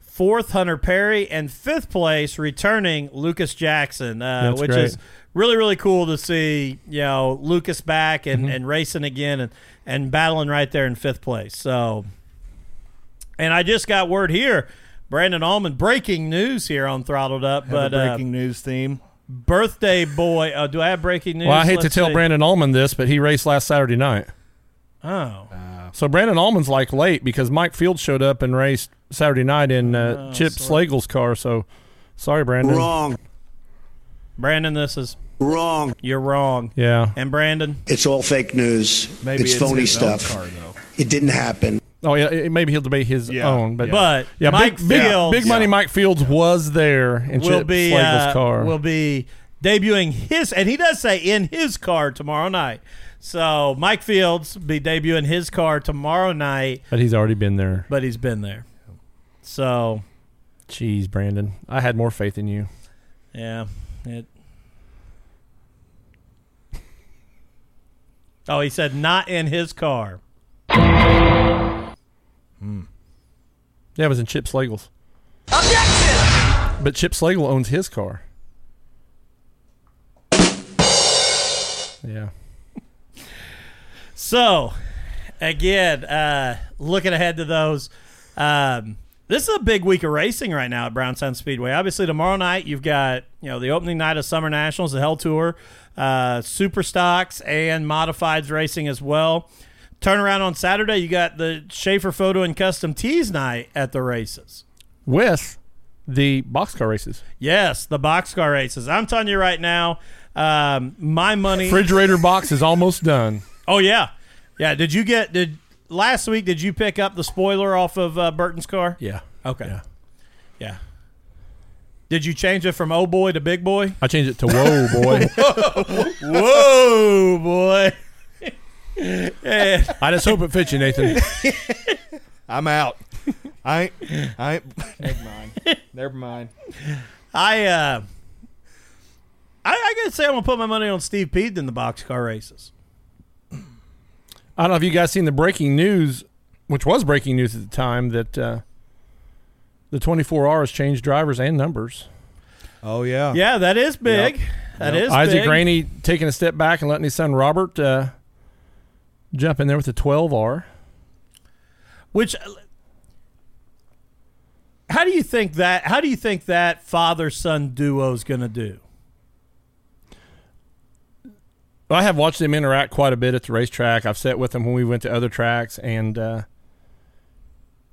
S3: Fourth, Hunter Perry. And fifth place, returning Lucas Jackson, uh,
S4: That's
S3: which
S4: great.
S3: is really, really cool to see, you know, Lucas back and,
S4: Mm-hmm.
S3: and racing again and, and battling right there in fifth place. So, and I just got word here Brandon Allman, breaking news here on Throttled Up,
S5: Have
S3: but
S5: a
S3: uh,
S5: breaking news theme.
S3: birthday boy. Uh, do I have breaking news?
S4: Well, I hate to
S3: Let's
S4: tell
S3: see.
S4: Brandon Allman this, but he raced last Saturday night.
S3: Oh,
S4: So Brandon Allman's like late because Mike Field showed up and raced Saturday night in
S3: Oh,
S4: uh, Chip Slagle's car. So sorry, Brandon.
S6: Wrong.
S3: Brandon, this is
S6: Wrong.
S3: you're wrong.
S4: Yeah.
S3: And Brandon,
S6: It's all fake news.
S5: Maybe
S6: it's
S5: it's
S6: phony
S5: his own
S6: stuff.
S5: car, though.
S6: it didn't happen.
S4: Oh yeah. it- Maybe he'll debate his
S5: Yeah,
S4: own, but
S5: yeah.
S3: but
S4: yeah,
S3: Mike
S4: big, big-
S3: Fields
S4: big money. Mike Fields was there in
S3: will
S4: Chip
S3: be
S4: Slagle's
S3: uh,
S4: car.
S3: will be debuting his, and he does say in his car tomorrow night. So Mike Fields will be debuting his car tomorrow night,
S4: but he's already been there.
S3: but he's been there. So
S4: Jeez, Brandon, I had more faith in you.
S3: yeah, it. Oh, he said not in his car.
S4: Yeah, it was in Chip Slagle's. Objection! But Chip Slagle owns his car. Yeah.
S3: So, again, uh, looking ahead to those. Um, this is a big week of racing right now at Brownstown Speedway. Obviously, tomorrow night you've got you know the opening night of Summer Nationals, the Hell Tour, uh, Super Stocks, and Modifieds racing as well. Turnaround on Saturday, you got the Schaefer Photo and Custom Tees night at the races.
S4: With the boxcar races.
S3: Yes, the boxcar races. I'm telling you right now, um, my money.
S4: Refrigerator box is almost done.
S3: Oh yeah, yeah. Did you get did last week? Did you pick up the spoiler off of uh, Burton's car?
S4: Yeah.
S3: Okay.
S4: Yeah.
S3: Yeah. Did you change it from oh boy to
S4: (laughs)
S3: big boy?
S4: I changed it to whoa, (laughs) boy.
S3: Whoa, boy.
S4: I just hope it fits you, Nathan.
S5: I'm out. I ain't. I ain't. Never mind. Never mind.
S3: I uh, I, I gotta say I'm gonna put my money on Steve Peden in the boxcar races.
S4: I don't know if you guys seen the breaking news, which was breaking news at the time, that uh, the 24 has changed drivers and numbers.
S5: Oh yeah.
S3: Yeah, that is big. That is
S4: Isaac
S3: big.
S4: Rainey taking a step back and letting his son Robert uh, jump in there with the 12R.
S3: Which how do you think that? How do you think that father son duo is gonna do?
S4: I have watched them interact quite a bit at the racetrack. I've sat with them when we went to other tracks, and uh,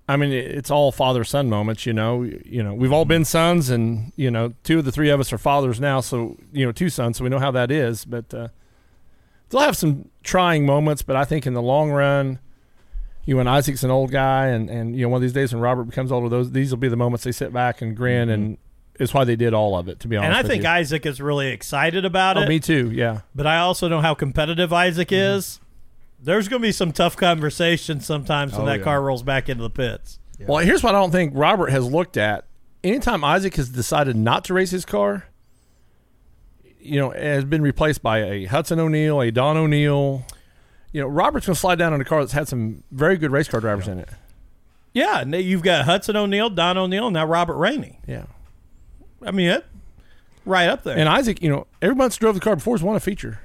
S4: I mean, it- it's all father son moments. You know, you know, we've all been sons, and you know, two of the three of us are fathers now. So you know, two sons, so we know how that is. But uh, they'll have some trying moments, but I think in the long run. You and Isaac's an old guy, and, and you know one of these days when Robert becomes older, those these will be the moments they sit back and grin, and it's why they did all of it. To be honest,
S3: Mm-hmm. And I
S4: with
S3: think
S4: you.
S3: Isaac is really excited about
S4: oh,
S3: it.
S4: me too, yeah.
S3: but I also know how competitive Isaac
S4: Mm-hmm.
S3: is. There's going to be some tough conversations sometimes when
S5: Oh,
S3: that
S5: yeah.
S3: car rolls back into the pits.
S4: Well, here's what I don't think Robert has looked at. Anytime Isaac has decided not to race his car, you know, has been replaced by a Hudson O'Neill, a Don O'Neill. You know, Robert's going to slide down in a car that's had some very good race car drivers in it.
S3: Yeah, and you've got Hudson O'Neill, Don O'Neill, and now Robert Rainey.
S4: Yeah.
S3: I mean, it, right up there.
S4: And Isaac, you know, everyone that's drove the car before has won a feature.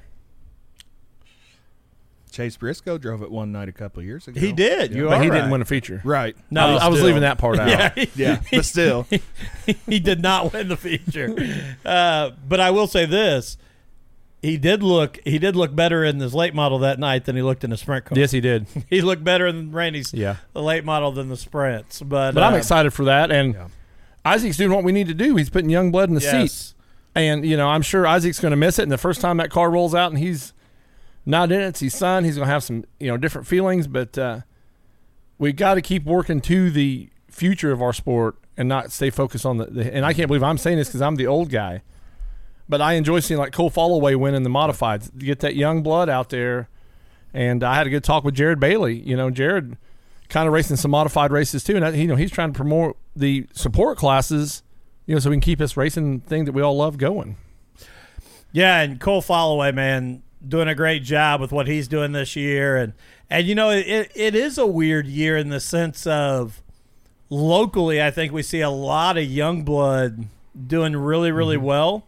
S5: Chase Briscoe drove it one night a couple of years ago.
S3: he did. You
S4: But
S3: are
S4: he
S3: right.
S4: didn't win a feature.
S5: Right.
S3: No,
S4: I was, I was
S3: still.
S4: leaving that
S3: (laughs)
S4: part out.
S3: Yeah,
S4: (laughs)
S5: Yeah. But still,
S3: he did not win the feature. Uh, but I will say this: he did look he did look better in his late model that night than he looked in the sprint car.
S4: Yes, he
S3: (laughs)
S4: did.
S3: he looked better in Rainey's
S4: Yeah.
S3: late model than the sprints. But
S4: But I'm
S3: uh,
S4: excited for that. And Isaac's doing what we need to do. He's putting young blood in the seat.
S3: Yes.
S4: And you know, I'm sure Isaac's going to miss it. And the first time that car rolls out and he's not in it, it's his son. He's going to have some you know different feelings. But uh, we got to keep working to the future of our sport and not stay focused on the. the and I can't believe I'm saying this because I'm the old guy, but I enjoy seeing like Cole Falloway win in the modifieds. Get that young blood out there. And I had a good talk with Jared Bailey. You know, Jared kind of racing some modified races too, and I, you know he's trying to promote the support classes, you know, so we can keep this racing thing that we all love going.
S3: Yeah, and Cole Followay, man, doing a great job with what he's doing this year, and and you know it it is a weird year in the sense of locally, I think we see a lot of young blood doing really really well,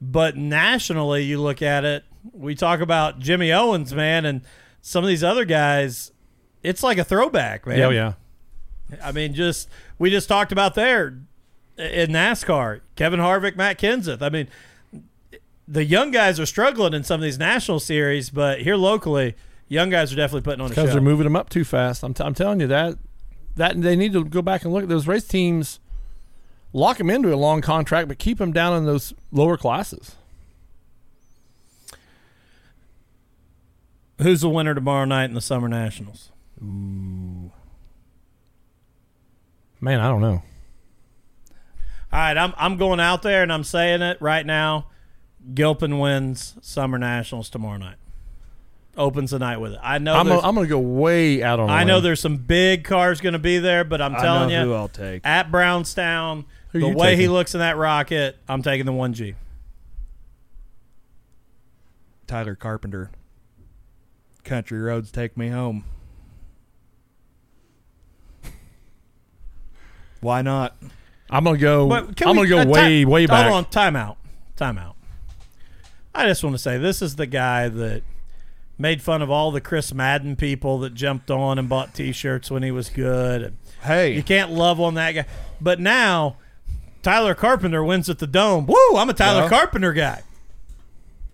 S3: but nationally, you look at it, we talk about Jimmy
S4: Oh,
S3: Owens, man, and some of these other guys, it's like a throwback, man. I mean, just we just talked about there in NASCAR, Kevin Harvick, Matt Kenseth. I mean, the young guys are struggling in some of these national series, but here locally, young guys are definitely putting on a show.
S4: because they're moving them up too fast. I'm, t- I'm telling you that that they need to go back and look at those race teams, lock them into a long contract, but keep them down in those lower classes.
S3: Who's the winner tomorrow night in the Summer Nationals?
S4: Man, I don't know.
S3: All right, I'm I'm going out there and I'm saying it right now. Gilpin wins Summer Nationals tomorrow night. Opens the night with it. I know.
S4: I'm, a,
S3: there's-
S4: I'm going to go way out on. a
S3: I know
S4: limb.
S3: there's some big cars going to be there, but I'm
S5: I
S3: telling
S5: know
S3: you,
S5: who I'll take.
S3: at Brownstown,
S4: Who
S3: the
S4: you
S3: way he
S4: taking?
S3: looks in that rocket, I'm taking the one G.
S5: Tyler Carpenter. Country roads take me home. Why not?
S4: I'm going to go. I'm
S3: But can
S4: going
S3: we-
S4: to
S3: uh,
S4: go way
S3: ti-
S4: way back.
S3: Hold on, time out, time out. I just want to say this is the guy that made fun of all the Chris Madden people that jumped on and bought T-shirts when he was good. And You
S5: Hey,
S3: can't love on that guy. But now Tyler Carpenter wins at the dome. Woo, I'm a Tyler
S5: Yeah.
S3: Carpenter guy.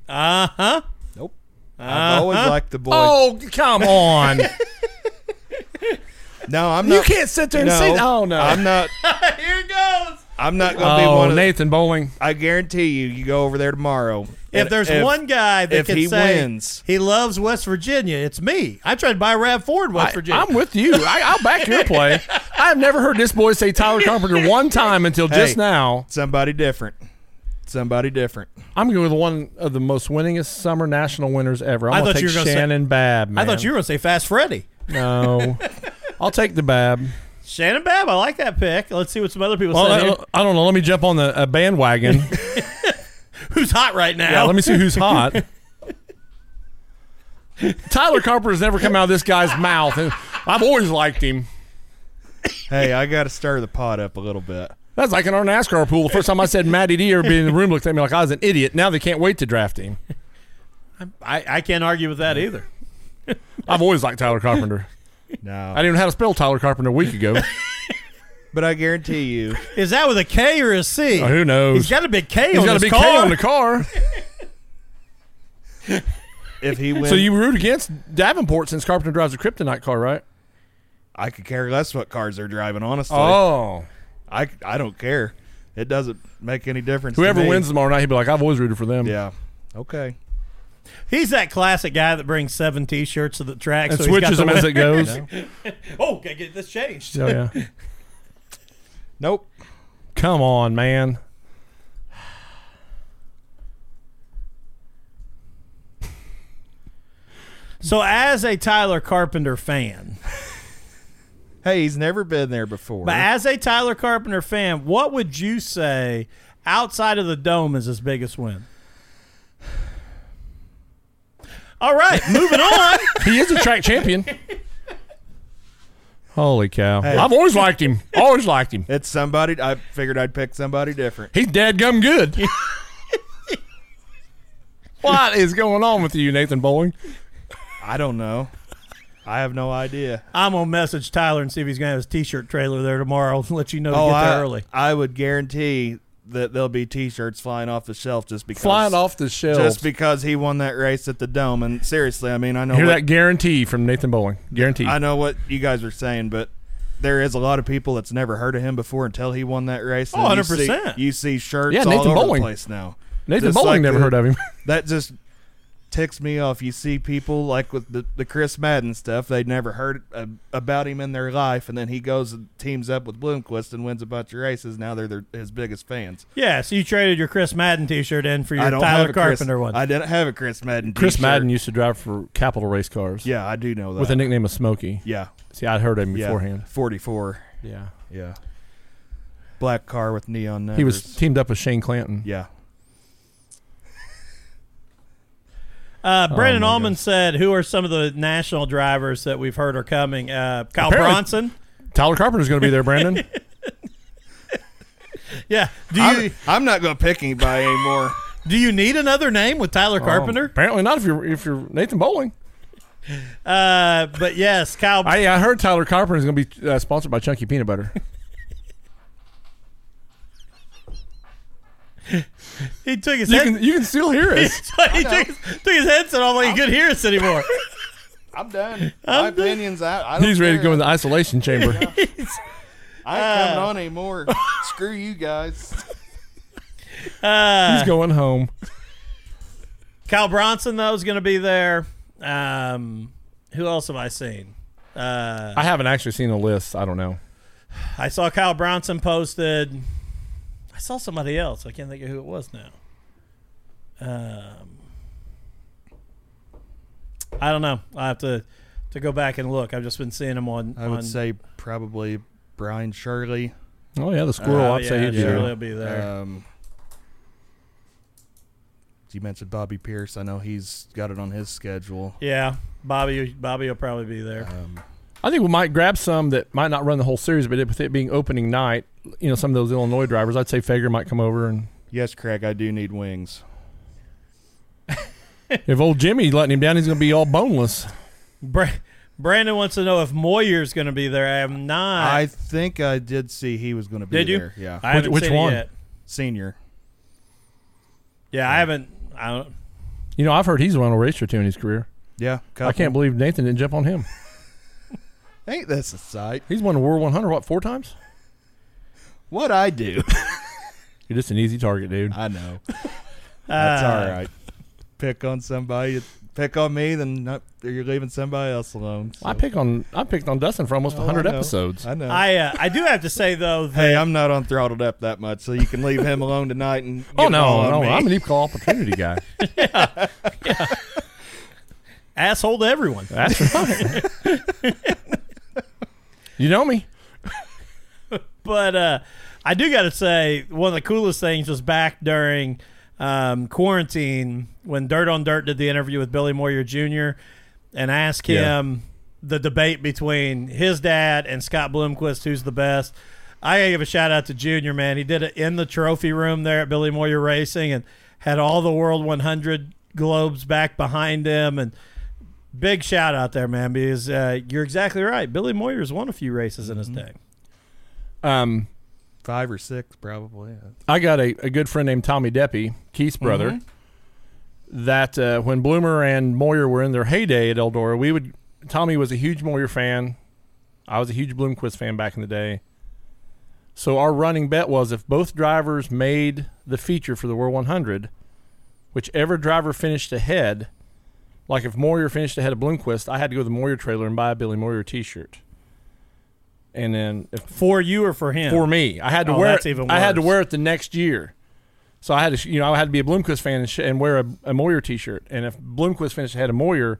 S3: Uh-huh.
S5: nope. I've always liked the boy.
S4: Oh come on!
S5: No, I'm not.
S4: you can't sit there and
S5: no,
S4: say, "Oh no." (laughs)
S5: I'm not.
S3: Here it goes.
S5: I'm not gonna be one
S4: oh,
S5: of. the-
S4: Nathan Bowling.
S5: I guarantee you, you go over there tomorrow.
S3: If
S5: and
S3: there's one guy that
S5: if
S3: can
S5: he
S3: say
S5: wins.
S3: he loves West Virginia, it's me. I tried to buy Rav Ford West Virginia.
S4: I'm with you. I, I'll back your play. I've never heard this boy say Tyler Carpenter one time until just
S5: Hey.
S4: now.
S5: somebody different, somebody different.
S4: I'm going with one of the most winningest summer national winners ever.
S3: I
S4: I'm going
S3: thought
S4: to
S3: you
S4: take
S3: were gonna say-
S4: Shannon Babb.
S3: I
S4: Man.
S3: thought you were going to say Fast Freddy.
S4: No, I'll take the (laughs) Bab.
S3: Shannon Babb, I like that pick. Let's see what some other people
S4: Well,
S3: say.
S4: Oh, I,
S3: here.
S4: I don't know. Let me jump on the uh, (laughs) bandwagon.
S3: (laughs) Who's hot right now?
S4: yeah, let me see who's hot. Tyler Carpenter's never come out of this guy's mouth. and I've always liked him.
S5: Hey, I got to stir the pot up a little bit.
S4: That's like in our NASCAR pool. The first time I said Matty D ever being in the room looked at me like I was an idiot. Now they can't wait to draft him.
S3: I, I can't argue with that either.
S4: I've always liked Tyler Carpenter. I
S5: No,
S4: didn't know how to spell Tyler Carpenter a week (laughs) ago.
S5: but I guarantee you,
S3: (laughs) Is that with a K or a C?
S4: Uh, who knows?
S3: He's got a big K
S4: He's
S3: on
S4: got a
S3: his
S4: big
S3: car.
S4: K on the car.
S5: if he
S4: (laughs)
S5: wins,
S4: So you root against Davenport since Carpenter drives a kryptonite car, right?
S5: I could care less what cars they're driving. Honestly,
S4: Oh.
S5: I I don't care. It doesn't make any difference. to
S4: Whoever
S5: me.
S4: wins tomorrow night, he'd be like, I've always rooted for them.
S5: yeah. Okay.
S3: He's that classic guy that brings seven T-shirts to the track.
S4: And
S3: so he's got
S4: switches
S3: the
S4: them as it goes. oh, (laughs)
S3: Oh, gotta get this changed.
S4: yeah.
S5: Nope.
S4: Come on, man.
S3: So, as a Tyler Carpenter fan,
S5: Hey, he's never been there before.
S3: but as a Tyler Carpenter fan, what would you say outside of the dome is his biggest win? All right, moving on.
S4: He is a track champion. (laughs) Holy cow. I've always liked him. Always liked him.
S5: it's somebody. I figured I'd pick somebody different.
S4: He's dead gum good. (laughs) what is going on with you, Nathan Bowling?
S5: I don't know. I have no
S4: (laughs)
S5: idea.
S3: I'm gonna message Tyler and see if he's gonna have his T-shirt trailer there tomorrow and (laughs) let you know to
S4: Oh,
S3: get there
S5: Oh, I,
S3: early.
S5: I would guarantee that there'll be T-shirts flying off the shelf just because
S4: Flying off the shelf.
S5: just because he won that race at the dome. And seriously, I mean, I know
S4: Hear
S5: what,
S4: that guarantee from Nathan Bowling. Guarantee.
S5: I know what you guys are saying, but there is a lot of people that's never heard of him before until he won that race.
S3: Oh,
S5: And you see-
S3: 100%.
S5: You see shirts
S4: Yeah,
S5: all
S4: Nathan
S5: over
S4: Bowling.
S5: the place now.
S4: Nathan
S5: Just
S4: Bowling
S5: like
S4: never
S5: the-
S4: heard
S5: (laughs)
S4: of him.
S5: That just ticks me off. You see people like with the, the Chris Madden stuff; they'd never heard uh, about him in their life, and then he goes and teams up with Bloomquist and wins a bunch of races. Now they're their, his biggest fans.
S3: Yeah, so you traded your Chris Madden T-shirt in for your
S5: I don't have
S3: Tyler
S5: a Chris-
S3: Carpenter one.
S5: I didn't have a Chris Madden.
S4: Chris
S5: t-shirt.
S4: Madden used to drive for Capital Race Cars
S5: Yeah, I do know that.
S4: with the nickname of Smokey.
S5: yeah,
S4: See, I'd heard of him
S5: yeah,
S4: beforehand.
S5: forty-four.
S4: Yeah.
S5: Yeah, black car with neon numbers.
S4: He was teamed up with Shane Clanton.
S5: Yeah. Oh,
S3: Uh, Brandon
S4: my
S3: Allman said, "Who are some of the national drivers that we've heard are coming? Uh, Kyle
S4: Apparently-
S3: Bronson.
S4: Tyler Carpenter's going to be there,
S5: (laughs)
S4: Brandon.
S3: Yeah. Do you
S5: I'm, I'm not going to pick anybody anymore. Oh.
S3: do you need another name with Tyler Carpenter?
S4: Apparently not if you're if you're Nathan Bowling.
S3: Uh, but yes, Kyle.
S4: I, I heard Tyler Carpenter is going to be uh, sponsored by Chunky Peanut
S5: (laughs)
S4: Butter.
S3: he took his
S4: You
S3: head.
S4: can you can still hear
S5: (laughs)
S4: us.
S3: he (laughs) took his, took his headset off like he could hear us anymore.
S7: (laughs) I'm done. My opinion's out. I don't
S4: He's ready to
S7: care.
S4: go in the isolation
S5: (laughs)
S4: chamber.
S7: I ain't
S5: Ah.
S7: coming on anymore. Screw you guys.
S4: He's going home.
S3: Kyle Bronson though is going to be there. Um, who else have I seen? Uh,
S4: I haven't actually seen the list. I don't know.
S3: I saw Kyle Bronson posted. I saw somebody else. I can't think of who it was now. Um, I don't know. I have to to go back and look. I've just been seeing him on.
S5: I would
S3: on,
S5: say probably Brian Shirley.
S4: Oh yeah, the squirrel.
S5: Uh,
S3: Oh,
S4: I'd say
S3: yeah,
S4: he'd be there.
S3: surely he'll be there.
S5: Um, you mentioned Bobby Pierce. I know he's got it on his schedule.
S3: yeah, Bobby. Bobby will probably be there.
S5: Uh,
S4: I think we might grab some that might not run the whole series, but it, with it being opening night, you know, some of those Illinois drivers, I'd say Fager might come over, and
S5: Yes, Craig, I do need wings.
S4: if old Jimmy's letting him down, he's going to be all boneless.
S3: Bra- Brandon wants to know if Moyer's going to be there. I am not.
S5: I think I did see he was going to be
S3: Did you?
S5: there. Yeah,
S3: I haven't
S4: which
S3: seen it
S4: one?
S3: yet.
S5: senior.
S3: Yeah, I haven't. I don't.
S4: You know, I've heard he's run a race or two in his career.
S5: Yeah,
S4: I can't believe Nathan didn't jump on him.
S5: Ain't this a sight?
S4: He's won the World 100 what four times?
S5: What I do?
S4: You're just an easy target, dude.
S5: I (laughs) know. That's all right. Uh, Pick on somebody. Pick on me, then not, you're leaving somebody else alone.
S4: I pick on I picked on Dustin for almost a
S5: Oh, I
S4: 100
S5: know.
S4: episodes.
S5: I know.
S3: I uh, I do have to say though that
S5: hey, I'm not on throttled up that much, so you can leave him alone tonight. And get
S4: oh
S5: it all
S4: no,
S5: on
S4: no,
S5: me.
S4: I'm an equal opportunity guy.
S3: asshole to everyone.
S5: (laughs)
S4: That's right. (laughs) you know me.
S3: But uh, I do got to say one of the coolest things was back during um, quarantine when Dirt on Dirt did the interview with Billy Moyer Jr. and asked
S4: Yeah.
S3: him the debate between his dad and Scott Bloomquist, who's the best. I gotta give a shout out to Junior, man. He did it in the trophy room there at Billy Moyer Racing and had all the World 100 globes back behind him and big shout out there, man. Because uh, you're exactly right. Billy Moyer's won a few races in his day.
S4: Um,
S5: five or six, probably.
S4: I got a, a good friend named Tommy Deppy, Keith's brother, that uh, when Bloomer and Moyer were in their heyday at Eldora, we would. Tommy was a huge Moyer fan. I was a huge Bloomquist fan back in the day. So our running bet was if both drivers made the feature for the World 100, whichever driver finished ahead, like if Moyer finished ahead of Bloomquist, I had to go to the Moyer trailer and buy a Billy Moyer T-shirt. And then if
S3: For you or for him?
S4: for me. I had to
S3: Oh,
S4: wear
S3: that's
S4: it.
S3: even
S4: I had to
S3: worse.
S4: wear it the next year. So I had to, sh- you know, I had to be a Bloomquist fan and, sh- and wear a, a Moyer T-shirt. And if Bloomquist finished ahead of Moyer,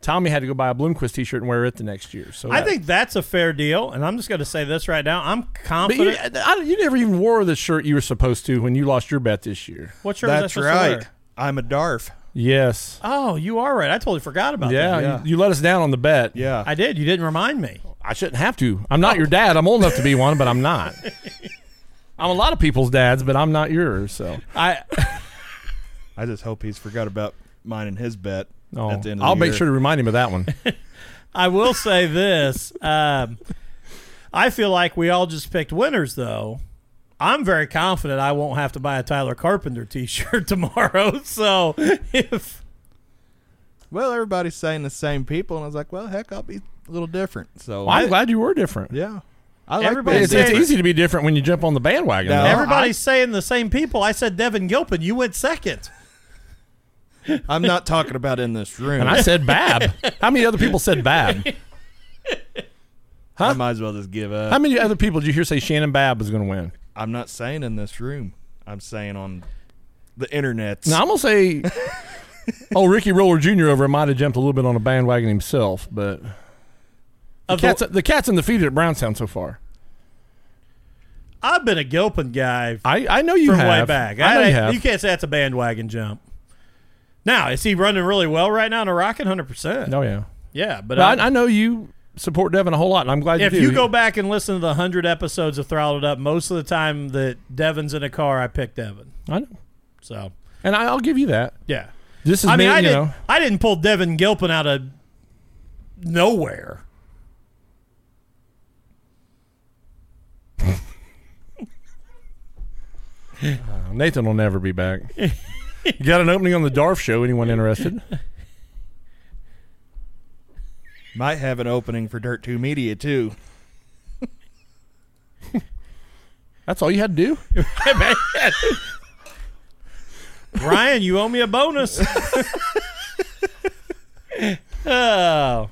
S4: Tommy had to go buy a Bloomquist T-shirt and wear it the next year. So
S3: I
S4: that-
S3: think that's a fair deal, and I'm just going to say this right now. I'm
S4: But you,
S3: confident.
S4: I, you never even wore the shirt you were supposed to when you lost your bet this year.
S3: what shirt
S5: That's
S3: was I supposed to
S5: right. I'm a darf.
S4: Yes.
S3: wear? Oh, you are right. I totally forgot about
S4: Yeah,
S3: that.
S5: yeah.
S4: You, you let us down on the bet.
S5: Yeah,
S3: I did. You didn't remind me.
S4: I shouldn't have to. I'm not your dad. I'm old enough to be one, but I'm not. I'm a lot of people's dads, but I'm not yours. So
S3: I
S5: I just hope he's forgot about mine and his bet
S4: Oh,
S5: at the end of
S4: I'll
S5: the
S4: make
S5: year.
S4: sure to remind him of that one.
S3: (laughs) I will say this. Um, I feel like we all just picked winners, though. I'm very confident I won't have to buy a Tyler Carpenter T-shirt (laughs) tomorrow. So if
S5: Well, everybody's saying the same people, and I was like, well, heck, I'll be a little different. So
S4: Well, I'm glad you were different.
S5: yeah, I
S3: Everybody's
S5: being
S4: It's, it's
S3: Different.
S4: easy to be different when you jump on the bandwagon.
S5: No.
S4: though.
S3: everybody's saying the same people, I said Devin Gilpin. You went second.
S5: I'm not talking about
S4: (laughs)
S5: in this room.
S4: And I said Bab. (laughs) How many other people said (laughs) Bab?
S5: I might as well just give up.
S4: How many other people did you hear say Shannon Bab was going to win?
S5: I'm not saying in this room. I'm saying on the internet.
S4: Now, I'm going to say, (laughs) oh, Ricky Roller Jr. over might have jumped a little bit on a bandwagon himself, but the
S3: Of the-
S4: cat's, the cat's in the feed at Brownstown so far.
S3: I've been a Gilpin guy
S4: I, I know you
S3: from
S4: have.
S3: way back.
S4: I know
S3: I-
S4: you have.
S3: can't say that's a bandwagon jump. Now, is he running really well right now in a rocket? 100%.
S4: oh, yeah.
S3: Yeah, but,
S4: But
S3: I,
S4: I, I know you support Devin a whole lot, and I'm glad
S3: if
S4: you do.
S3: you go back and listen to the 100 episodes of Throttled Up, most of the time that Devin's in a car, I pick Devin.
S4: I know.
S3: So,
S4: And I, I'll give you that.
S3: yeah.
S4: This is
S3: I
S4: me,
S3: mean, I,
S4: you
S3: did,
S4: know.
S3: I didn't pull Devin Gilpin out of nowhere.
S4: Nathan will never be (laughs) back. you got an opening on the Darf show. Anyone (laughs) interested?
S5: Might have an opening for Dirt 2 Media, too. (laughs)
S4: That's all you had to do.
S3: Ryan, you owe me a bonus. (laughs) oh.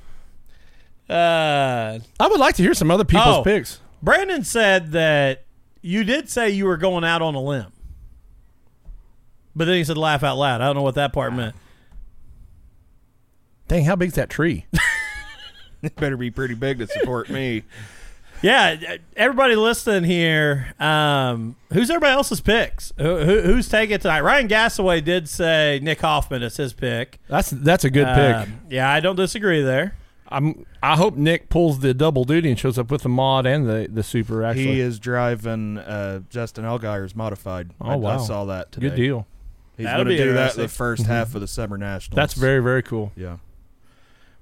S3: Uh,
S4: I would like to hear some other people's
S3: Oh.
S4: picks.
S3: Brandon said that you did say you were going out on a limb. But then he said laugh out loud. I don't know what that part meant.
S4: Dang, how big's that tree?
S5: It better be pretty big to support me.
S3: Yeah, everybody listening here, um, who's everybody else's picks? Who, who, who's taking it tonight? Ryan Gasaway did say Nick Hoffman is his pick.
S4: That's that's a good pick.
S3: Um, yeah, I don't disagree there.
S4: I'm. I hope Nick pulls the double duty and shows up with the mod and the the super. (laughs) Actually,
S5: He is driving uh, Justin Elgier's modified.
S4: Oh,
S5: I, I
S4: wow.
S5: saw that today.
S4: good deal. Mm-hmm.
S5: He's
S3: That'll
S5: going
S3: be
S5: to do that
S3: interesting.
S5: the first half of the Summer Nationals.
S4: That's very very cool.
S5: Yeah.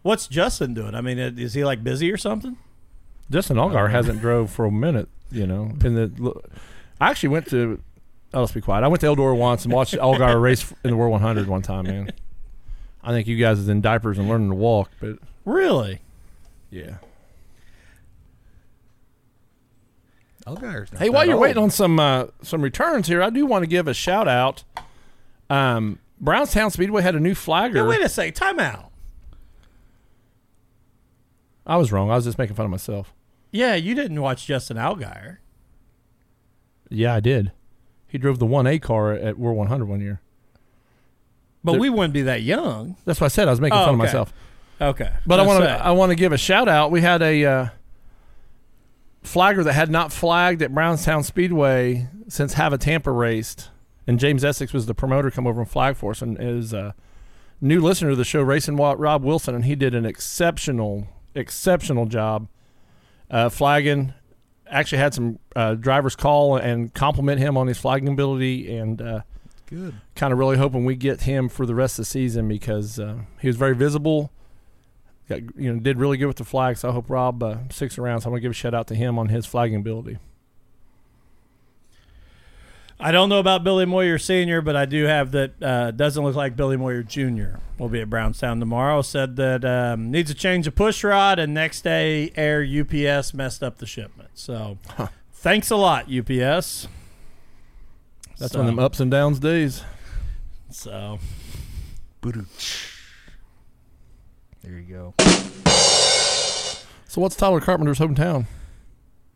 S3: What's Justin doing? I mean, is he like busy or something?
S4: Justin Algar hasn't drove for a minute. You know, in the. I actually went to. Oh, let's be quiet. I went to Eldora once and watched Algar race in the World 100 one time. Man, I think you guys is in diapers and learning to walk, but
S3: Really?
S4: yeah.
S5: Elgier's not
S4: Hey, while you're waiting on some uh, some returns here, I do want to give a shout out. Um, Brownstown Speedway had a new flagger.
S3: Now, wait a second. Time out.
S4: I was wrong. I was just making fun of myself.
S3: Yeah, you didn't watch Justin Algeier.
S4: Yeah, I did. He drove the one A car at World 100 one year.
S3: But
S4: There-
S3: we wouldn't be that young.
S4: That's what I said. I was making
S3: Oh,
S4: fun of
S3: okay.
S4: myself.
S3: Okay.
S4: But I
S3: Let's
S4: want
S3: say.
S4: to I want to give a shout out. We had a uh, flagger that had not flagged at Brownstown Speedway since Have a Tampa raced, and James Essex was the promoter. Come over and flag for us, and is a new listener to the show, Racing Watt Rob Wilson, and he did an exceptional exceptional job uh, flagging. Actually, had some uh, drivers call and compliment him on his flagging ability, and uh,
S5: Good.
S4: kind of really hoping we get him for the rest of the season because uh, he was very visible. Got, you know, did really good with the flag. So I hope Rob uh, sticks around. So I'm gonna give a shout out to him on his flagging ability.
S3: I don't know about Billy Moyer Sr., but I do have that uh, doesn't look like Billy Moyer Jr. will be at Brownstown tomorrow. Said that um, needs a change of push rod, and next day air UPS messed up the shipment. So thanks a lot, UPS.
S4: That's
S3: so,
S4: one of them ups and downs days.
S3: So
S5: There you go.
S4: So what's Tyler Carpenter's hometown?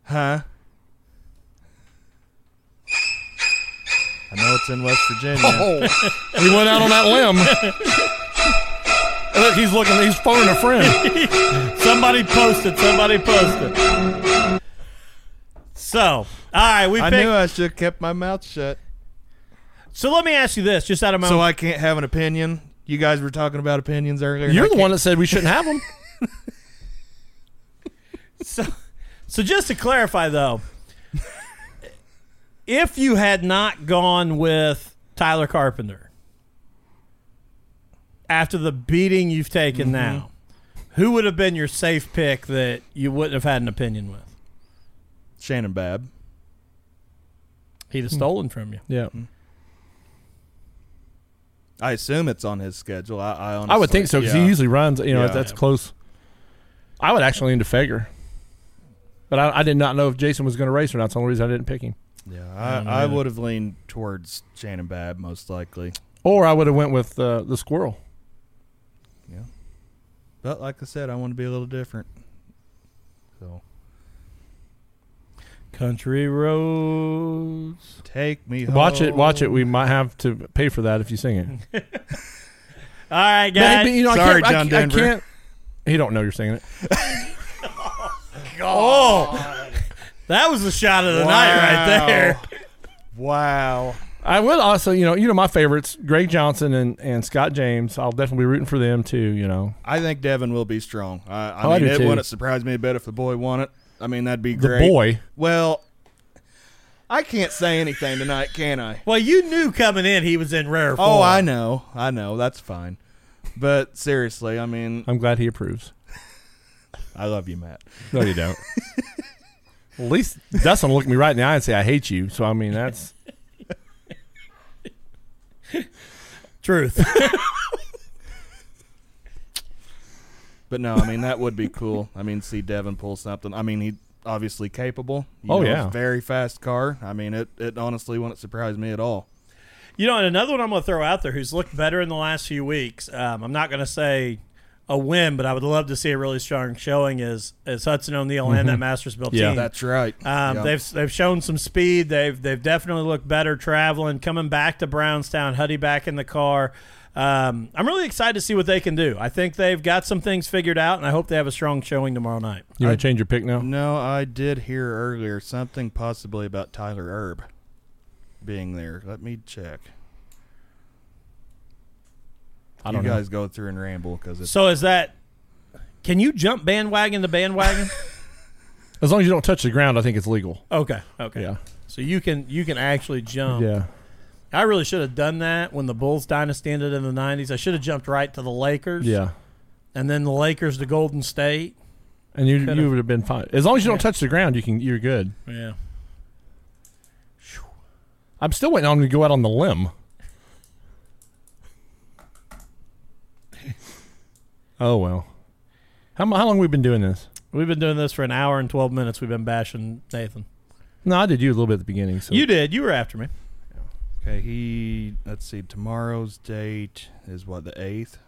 S5: Huh? I know it's in West
S4: (laughs)
S5: Virginia.
S4: Oh, He went out on that limb. Look, he's looking. He's phoning a friend.
S3: somebody posted. Somebody posted. So all right, we
S5: I
S3: picked.
S5: knew I should have kept my mouth shut.
S3: So let me ask you this, just out of my
S5: So
S3: own.
S5: I can't have an opinion. You guys were talking about opinions earlier. and
S4: (laughs)
S5: I
S4: You're the
S5: can't-
S4: one that said we shouldn't have him.
S3: so, so just to clarify though, if you had not gone with Tyler Carpenter after the beating you've taken now, who would have been your safe pick that you wouldn't have had an opinion with?
S5: Shannon Bab.
S3: He'd have stolen from you.
S4: Yeah,
S5: I assume it's on his schedule. I, I honestly,
S4: I would think so because
S5: yeah.
S4: he usually runs. You know,
S5: Yeah.
S4: that's close. I would actually into Fager, but I, I did not know if Jason was going to race or not. That's the only reason I didn't pick him.
S5: Yeah, I, I would have leaned towards Shannon Bab most likely.
S4: Or I would have went with uh, the squirrel.
S5: But like I said, I want to be a little different. So
S3: Country roads.
S5: take me.
S4: Watch it,
S5: home.
S4: watch it. We might have to pay for that if you sing it.
S3: All right, guys.
S4: Man, but, you know,
S5: Sorry,
S4: I can't,
S5: John
S4: I, can't-
S5: Denver.
S4: I can't. He don't know you're singing it.
S3: that was the shot of the night right there.
S5: Wow.
S4: I would also, you know, you know my favorites, Greg Johnson and, and Scott James. I'll definitely be rooting for them too. You know,
S5: I think Devin will be strong. I, I
S4: Oh, I
S5: mean,
S4: do
S5: it
S4: too.
S5: wouldn't surprise me a bit if the boy won it. I mean, that'd be
S4: the
S5: great.
S4: boy.
S5: Well, I can't say anything tonight, can I?
S3: Well, you knew coming in he was in rare form.
S5: Oh, I know, I know. That's fine. But seriously, I mean,
S4: I'm glad he approves.
S5: I love you, Matt.
S4: No, you (laughs) don't. At least Dustin will look me right in the eye and say, I hate you. So, I mean, that's.
S3: Truth.
S5: But no, I mean that would be cool. I mean, see Devin pull something. I mean, he obviously capable. You
S4: Oh,
S5: know,
S4: yeah.
S5: very fast car. I mean, it it honestly wouldn't surprise me at all.
S3: You know, and another one I'm going to throw out there who's looked better in the last few weeks. Um, I'm not going to say a win, but I would love to see a really strong showing. Is is Hudson O'Neill and that Mastersville
S4: Yeah.
S3: team?
S5: That's right.
S3: Um,
S5: Yeah.
S3: They've they've shown some speed. They've they've definitely looked better traveling, coming back to Brownstown. Huddy back in the car. Um, I'm really excited to see what they can do. I think they've got some things figured out, and I hope they have a strong showing tomorrow night.
S4: You want to change your pick now?
S5: No, I did hear earlier something possibly about Tyler Erb being there. Let me check.
S4: I don't
S5: you
S4: know.
S5: guys go through and ramble because it's
S3: So is that? Can you jump bandwagon the bandwagon?
S4: As long as you don't touch the ground, I think it's legal.
S3: okay, okay.
S4: Yeah.
S3: So you can you can actually jump.
S4: Yeah.
S3: I really should have done that when the Bulls dynasty ended in the '90s. I should have jumped right to the Lakers.
S4: Yeah.
S3: and then the Lakers to Golden State.
S4: And you
S3: Could've.
S4: you would have been fine. As long as you don't touch the ground, you can you're good.
S3: Yeah.
S4: I'm still waiting on him to go out on the limb. oh well. How mu- how long we been doing this?
S3: We've been doing this for an hour and 12 minutes. We've been bashing Nathan.
S4: No, I did you a little bit at the beginning. So
S3: You did. You were after me.
S5: okay. He let's see. Tomorrow's date is what the eighth.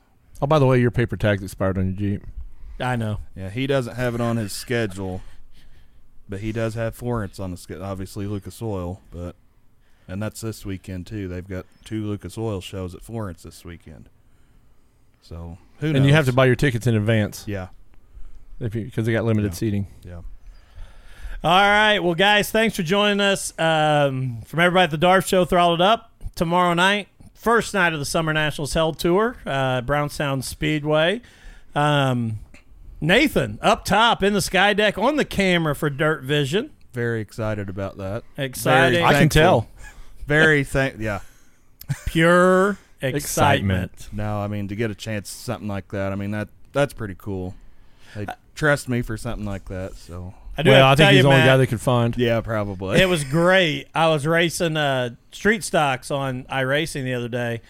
S4: Oh, by the way, your paper tag's expired on your Jeep.
S3: I know.
S5: Yeah, he doesn't have it on his schedule, but he does have Florence on the schedule. Obviously, Lucas Oil, but and that's this weekend too. They've got two Lucas Oil shows at Florence this weekend. So who knows?
S4: And you have to buy your tickets in advance
S5: Yeah,
S4: because they got limited
S5: Yeah.
S4: seating.
S5: yeah.
S3: All right. Well, guys, thanks for joining us. Um, from everybody at the Darf Show, throttled up tomorrow night, first night of the Summer Nationals Held Tour, uh, Brownstown Speedway. Um, Nathan up top in the sky deck on the camera for Dirt Vision.
S5: Very excited about that.
S3: Exciting.
S5: Very
S4: I can tell.
S5: Very thank. Yeah.
S3: Pure
S4: Excitement.
S3: excitement.
S5: No, I mean to get a chance at something like that. I mean that that's pretty cool. They trust me for something like that. So
S3: I do
S4: Well, I
S3: have to
S4: think
S3: tell
S4: he's
S3: you,
S4: the only
S3: Matt,
S4: guy they could find.
S5: yeah, probably.
S3: it was great. I was racing uh, street stocks on iRacing the other day,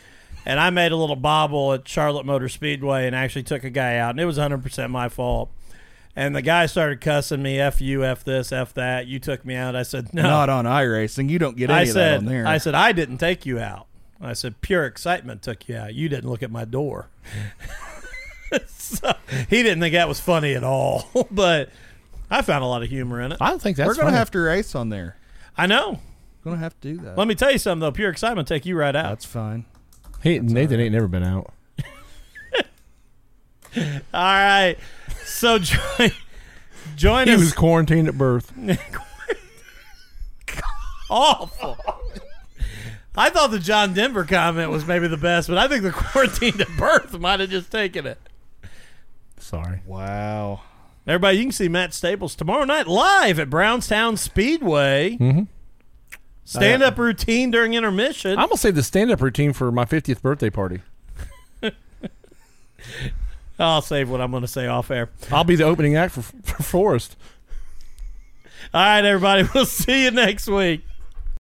S3: and I made a little bobble at Charlotte Motor Speedway and actually took a guy out, and it was 100% my fault. And the guy started cussing me, F you, F this, F that. You took me out. I said, no.
S5: (laughs) Not on iRacing. You don't get
S3: I
S5: any of that
S3: said,
S5: on there.
S3: I said, I didn't take you out. I said, pure excitement took you out. You didn't look at my door. (laughs) so he didn't think that was funny at all, (laughs) but I found a lot of humor in it.
S4: I don't think that's.
S5: We're gonna
S4: funny.
S5: have to race on there.
S3: I know.
S5: Gonna have to do that.
S3: Let me tell you something though. Pure excitement take you right out.
S5: That's fine.
S4: He, Nathan ain't never been out.
S3: All right. So (laughs) join join
S4: He
S3: us.
S4: was quarantined at birth.
S3: awful. I thought the John Denver comment was maybe the best, but I think the quarantine to birth might have just taken it.
S4: Sorry.
S5: Wow.
S3: Everybody, you can see Matt Staples tomorrow night live at Brownstown Speedway. Stand up routine during intermission.
S4: I'm gonna say the stand up routine for my 50th birthday party.
S3: I'll save what I'm going to say off air.
S4: I'll be the opening act for, for Forrest.
S3: (laughs) All right, everybody, we'll see you next week.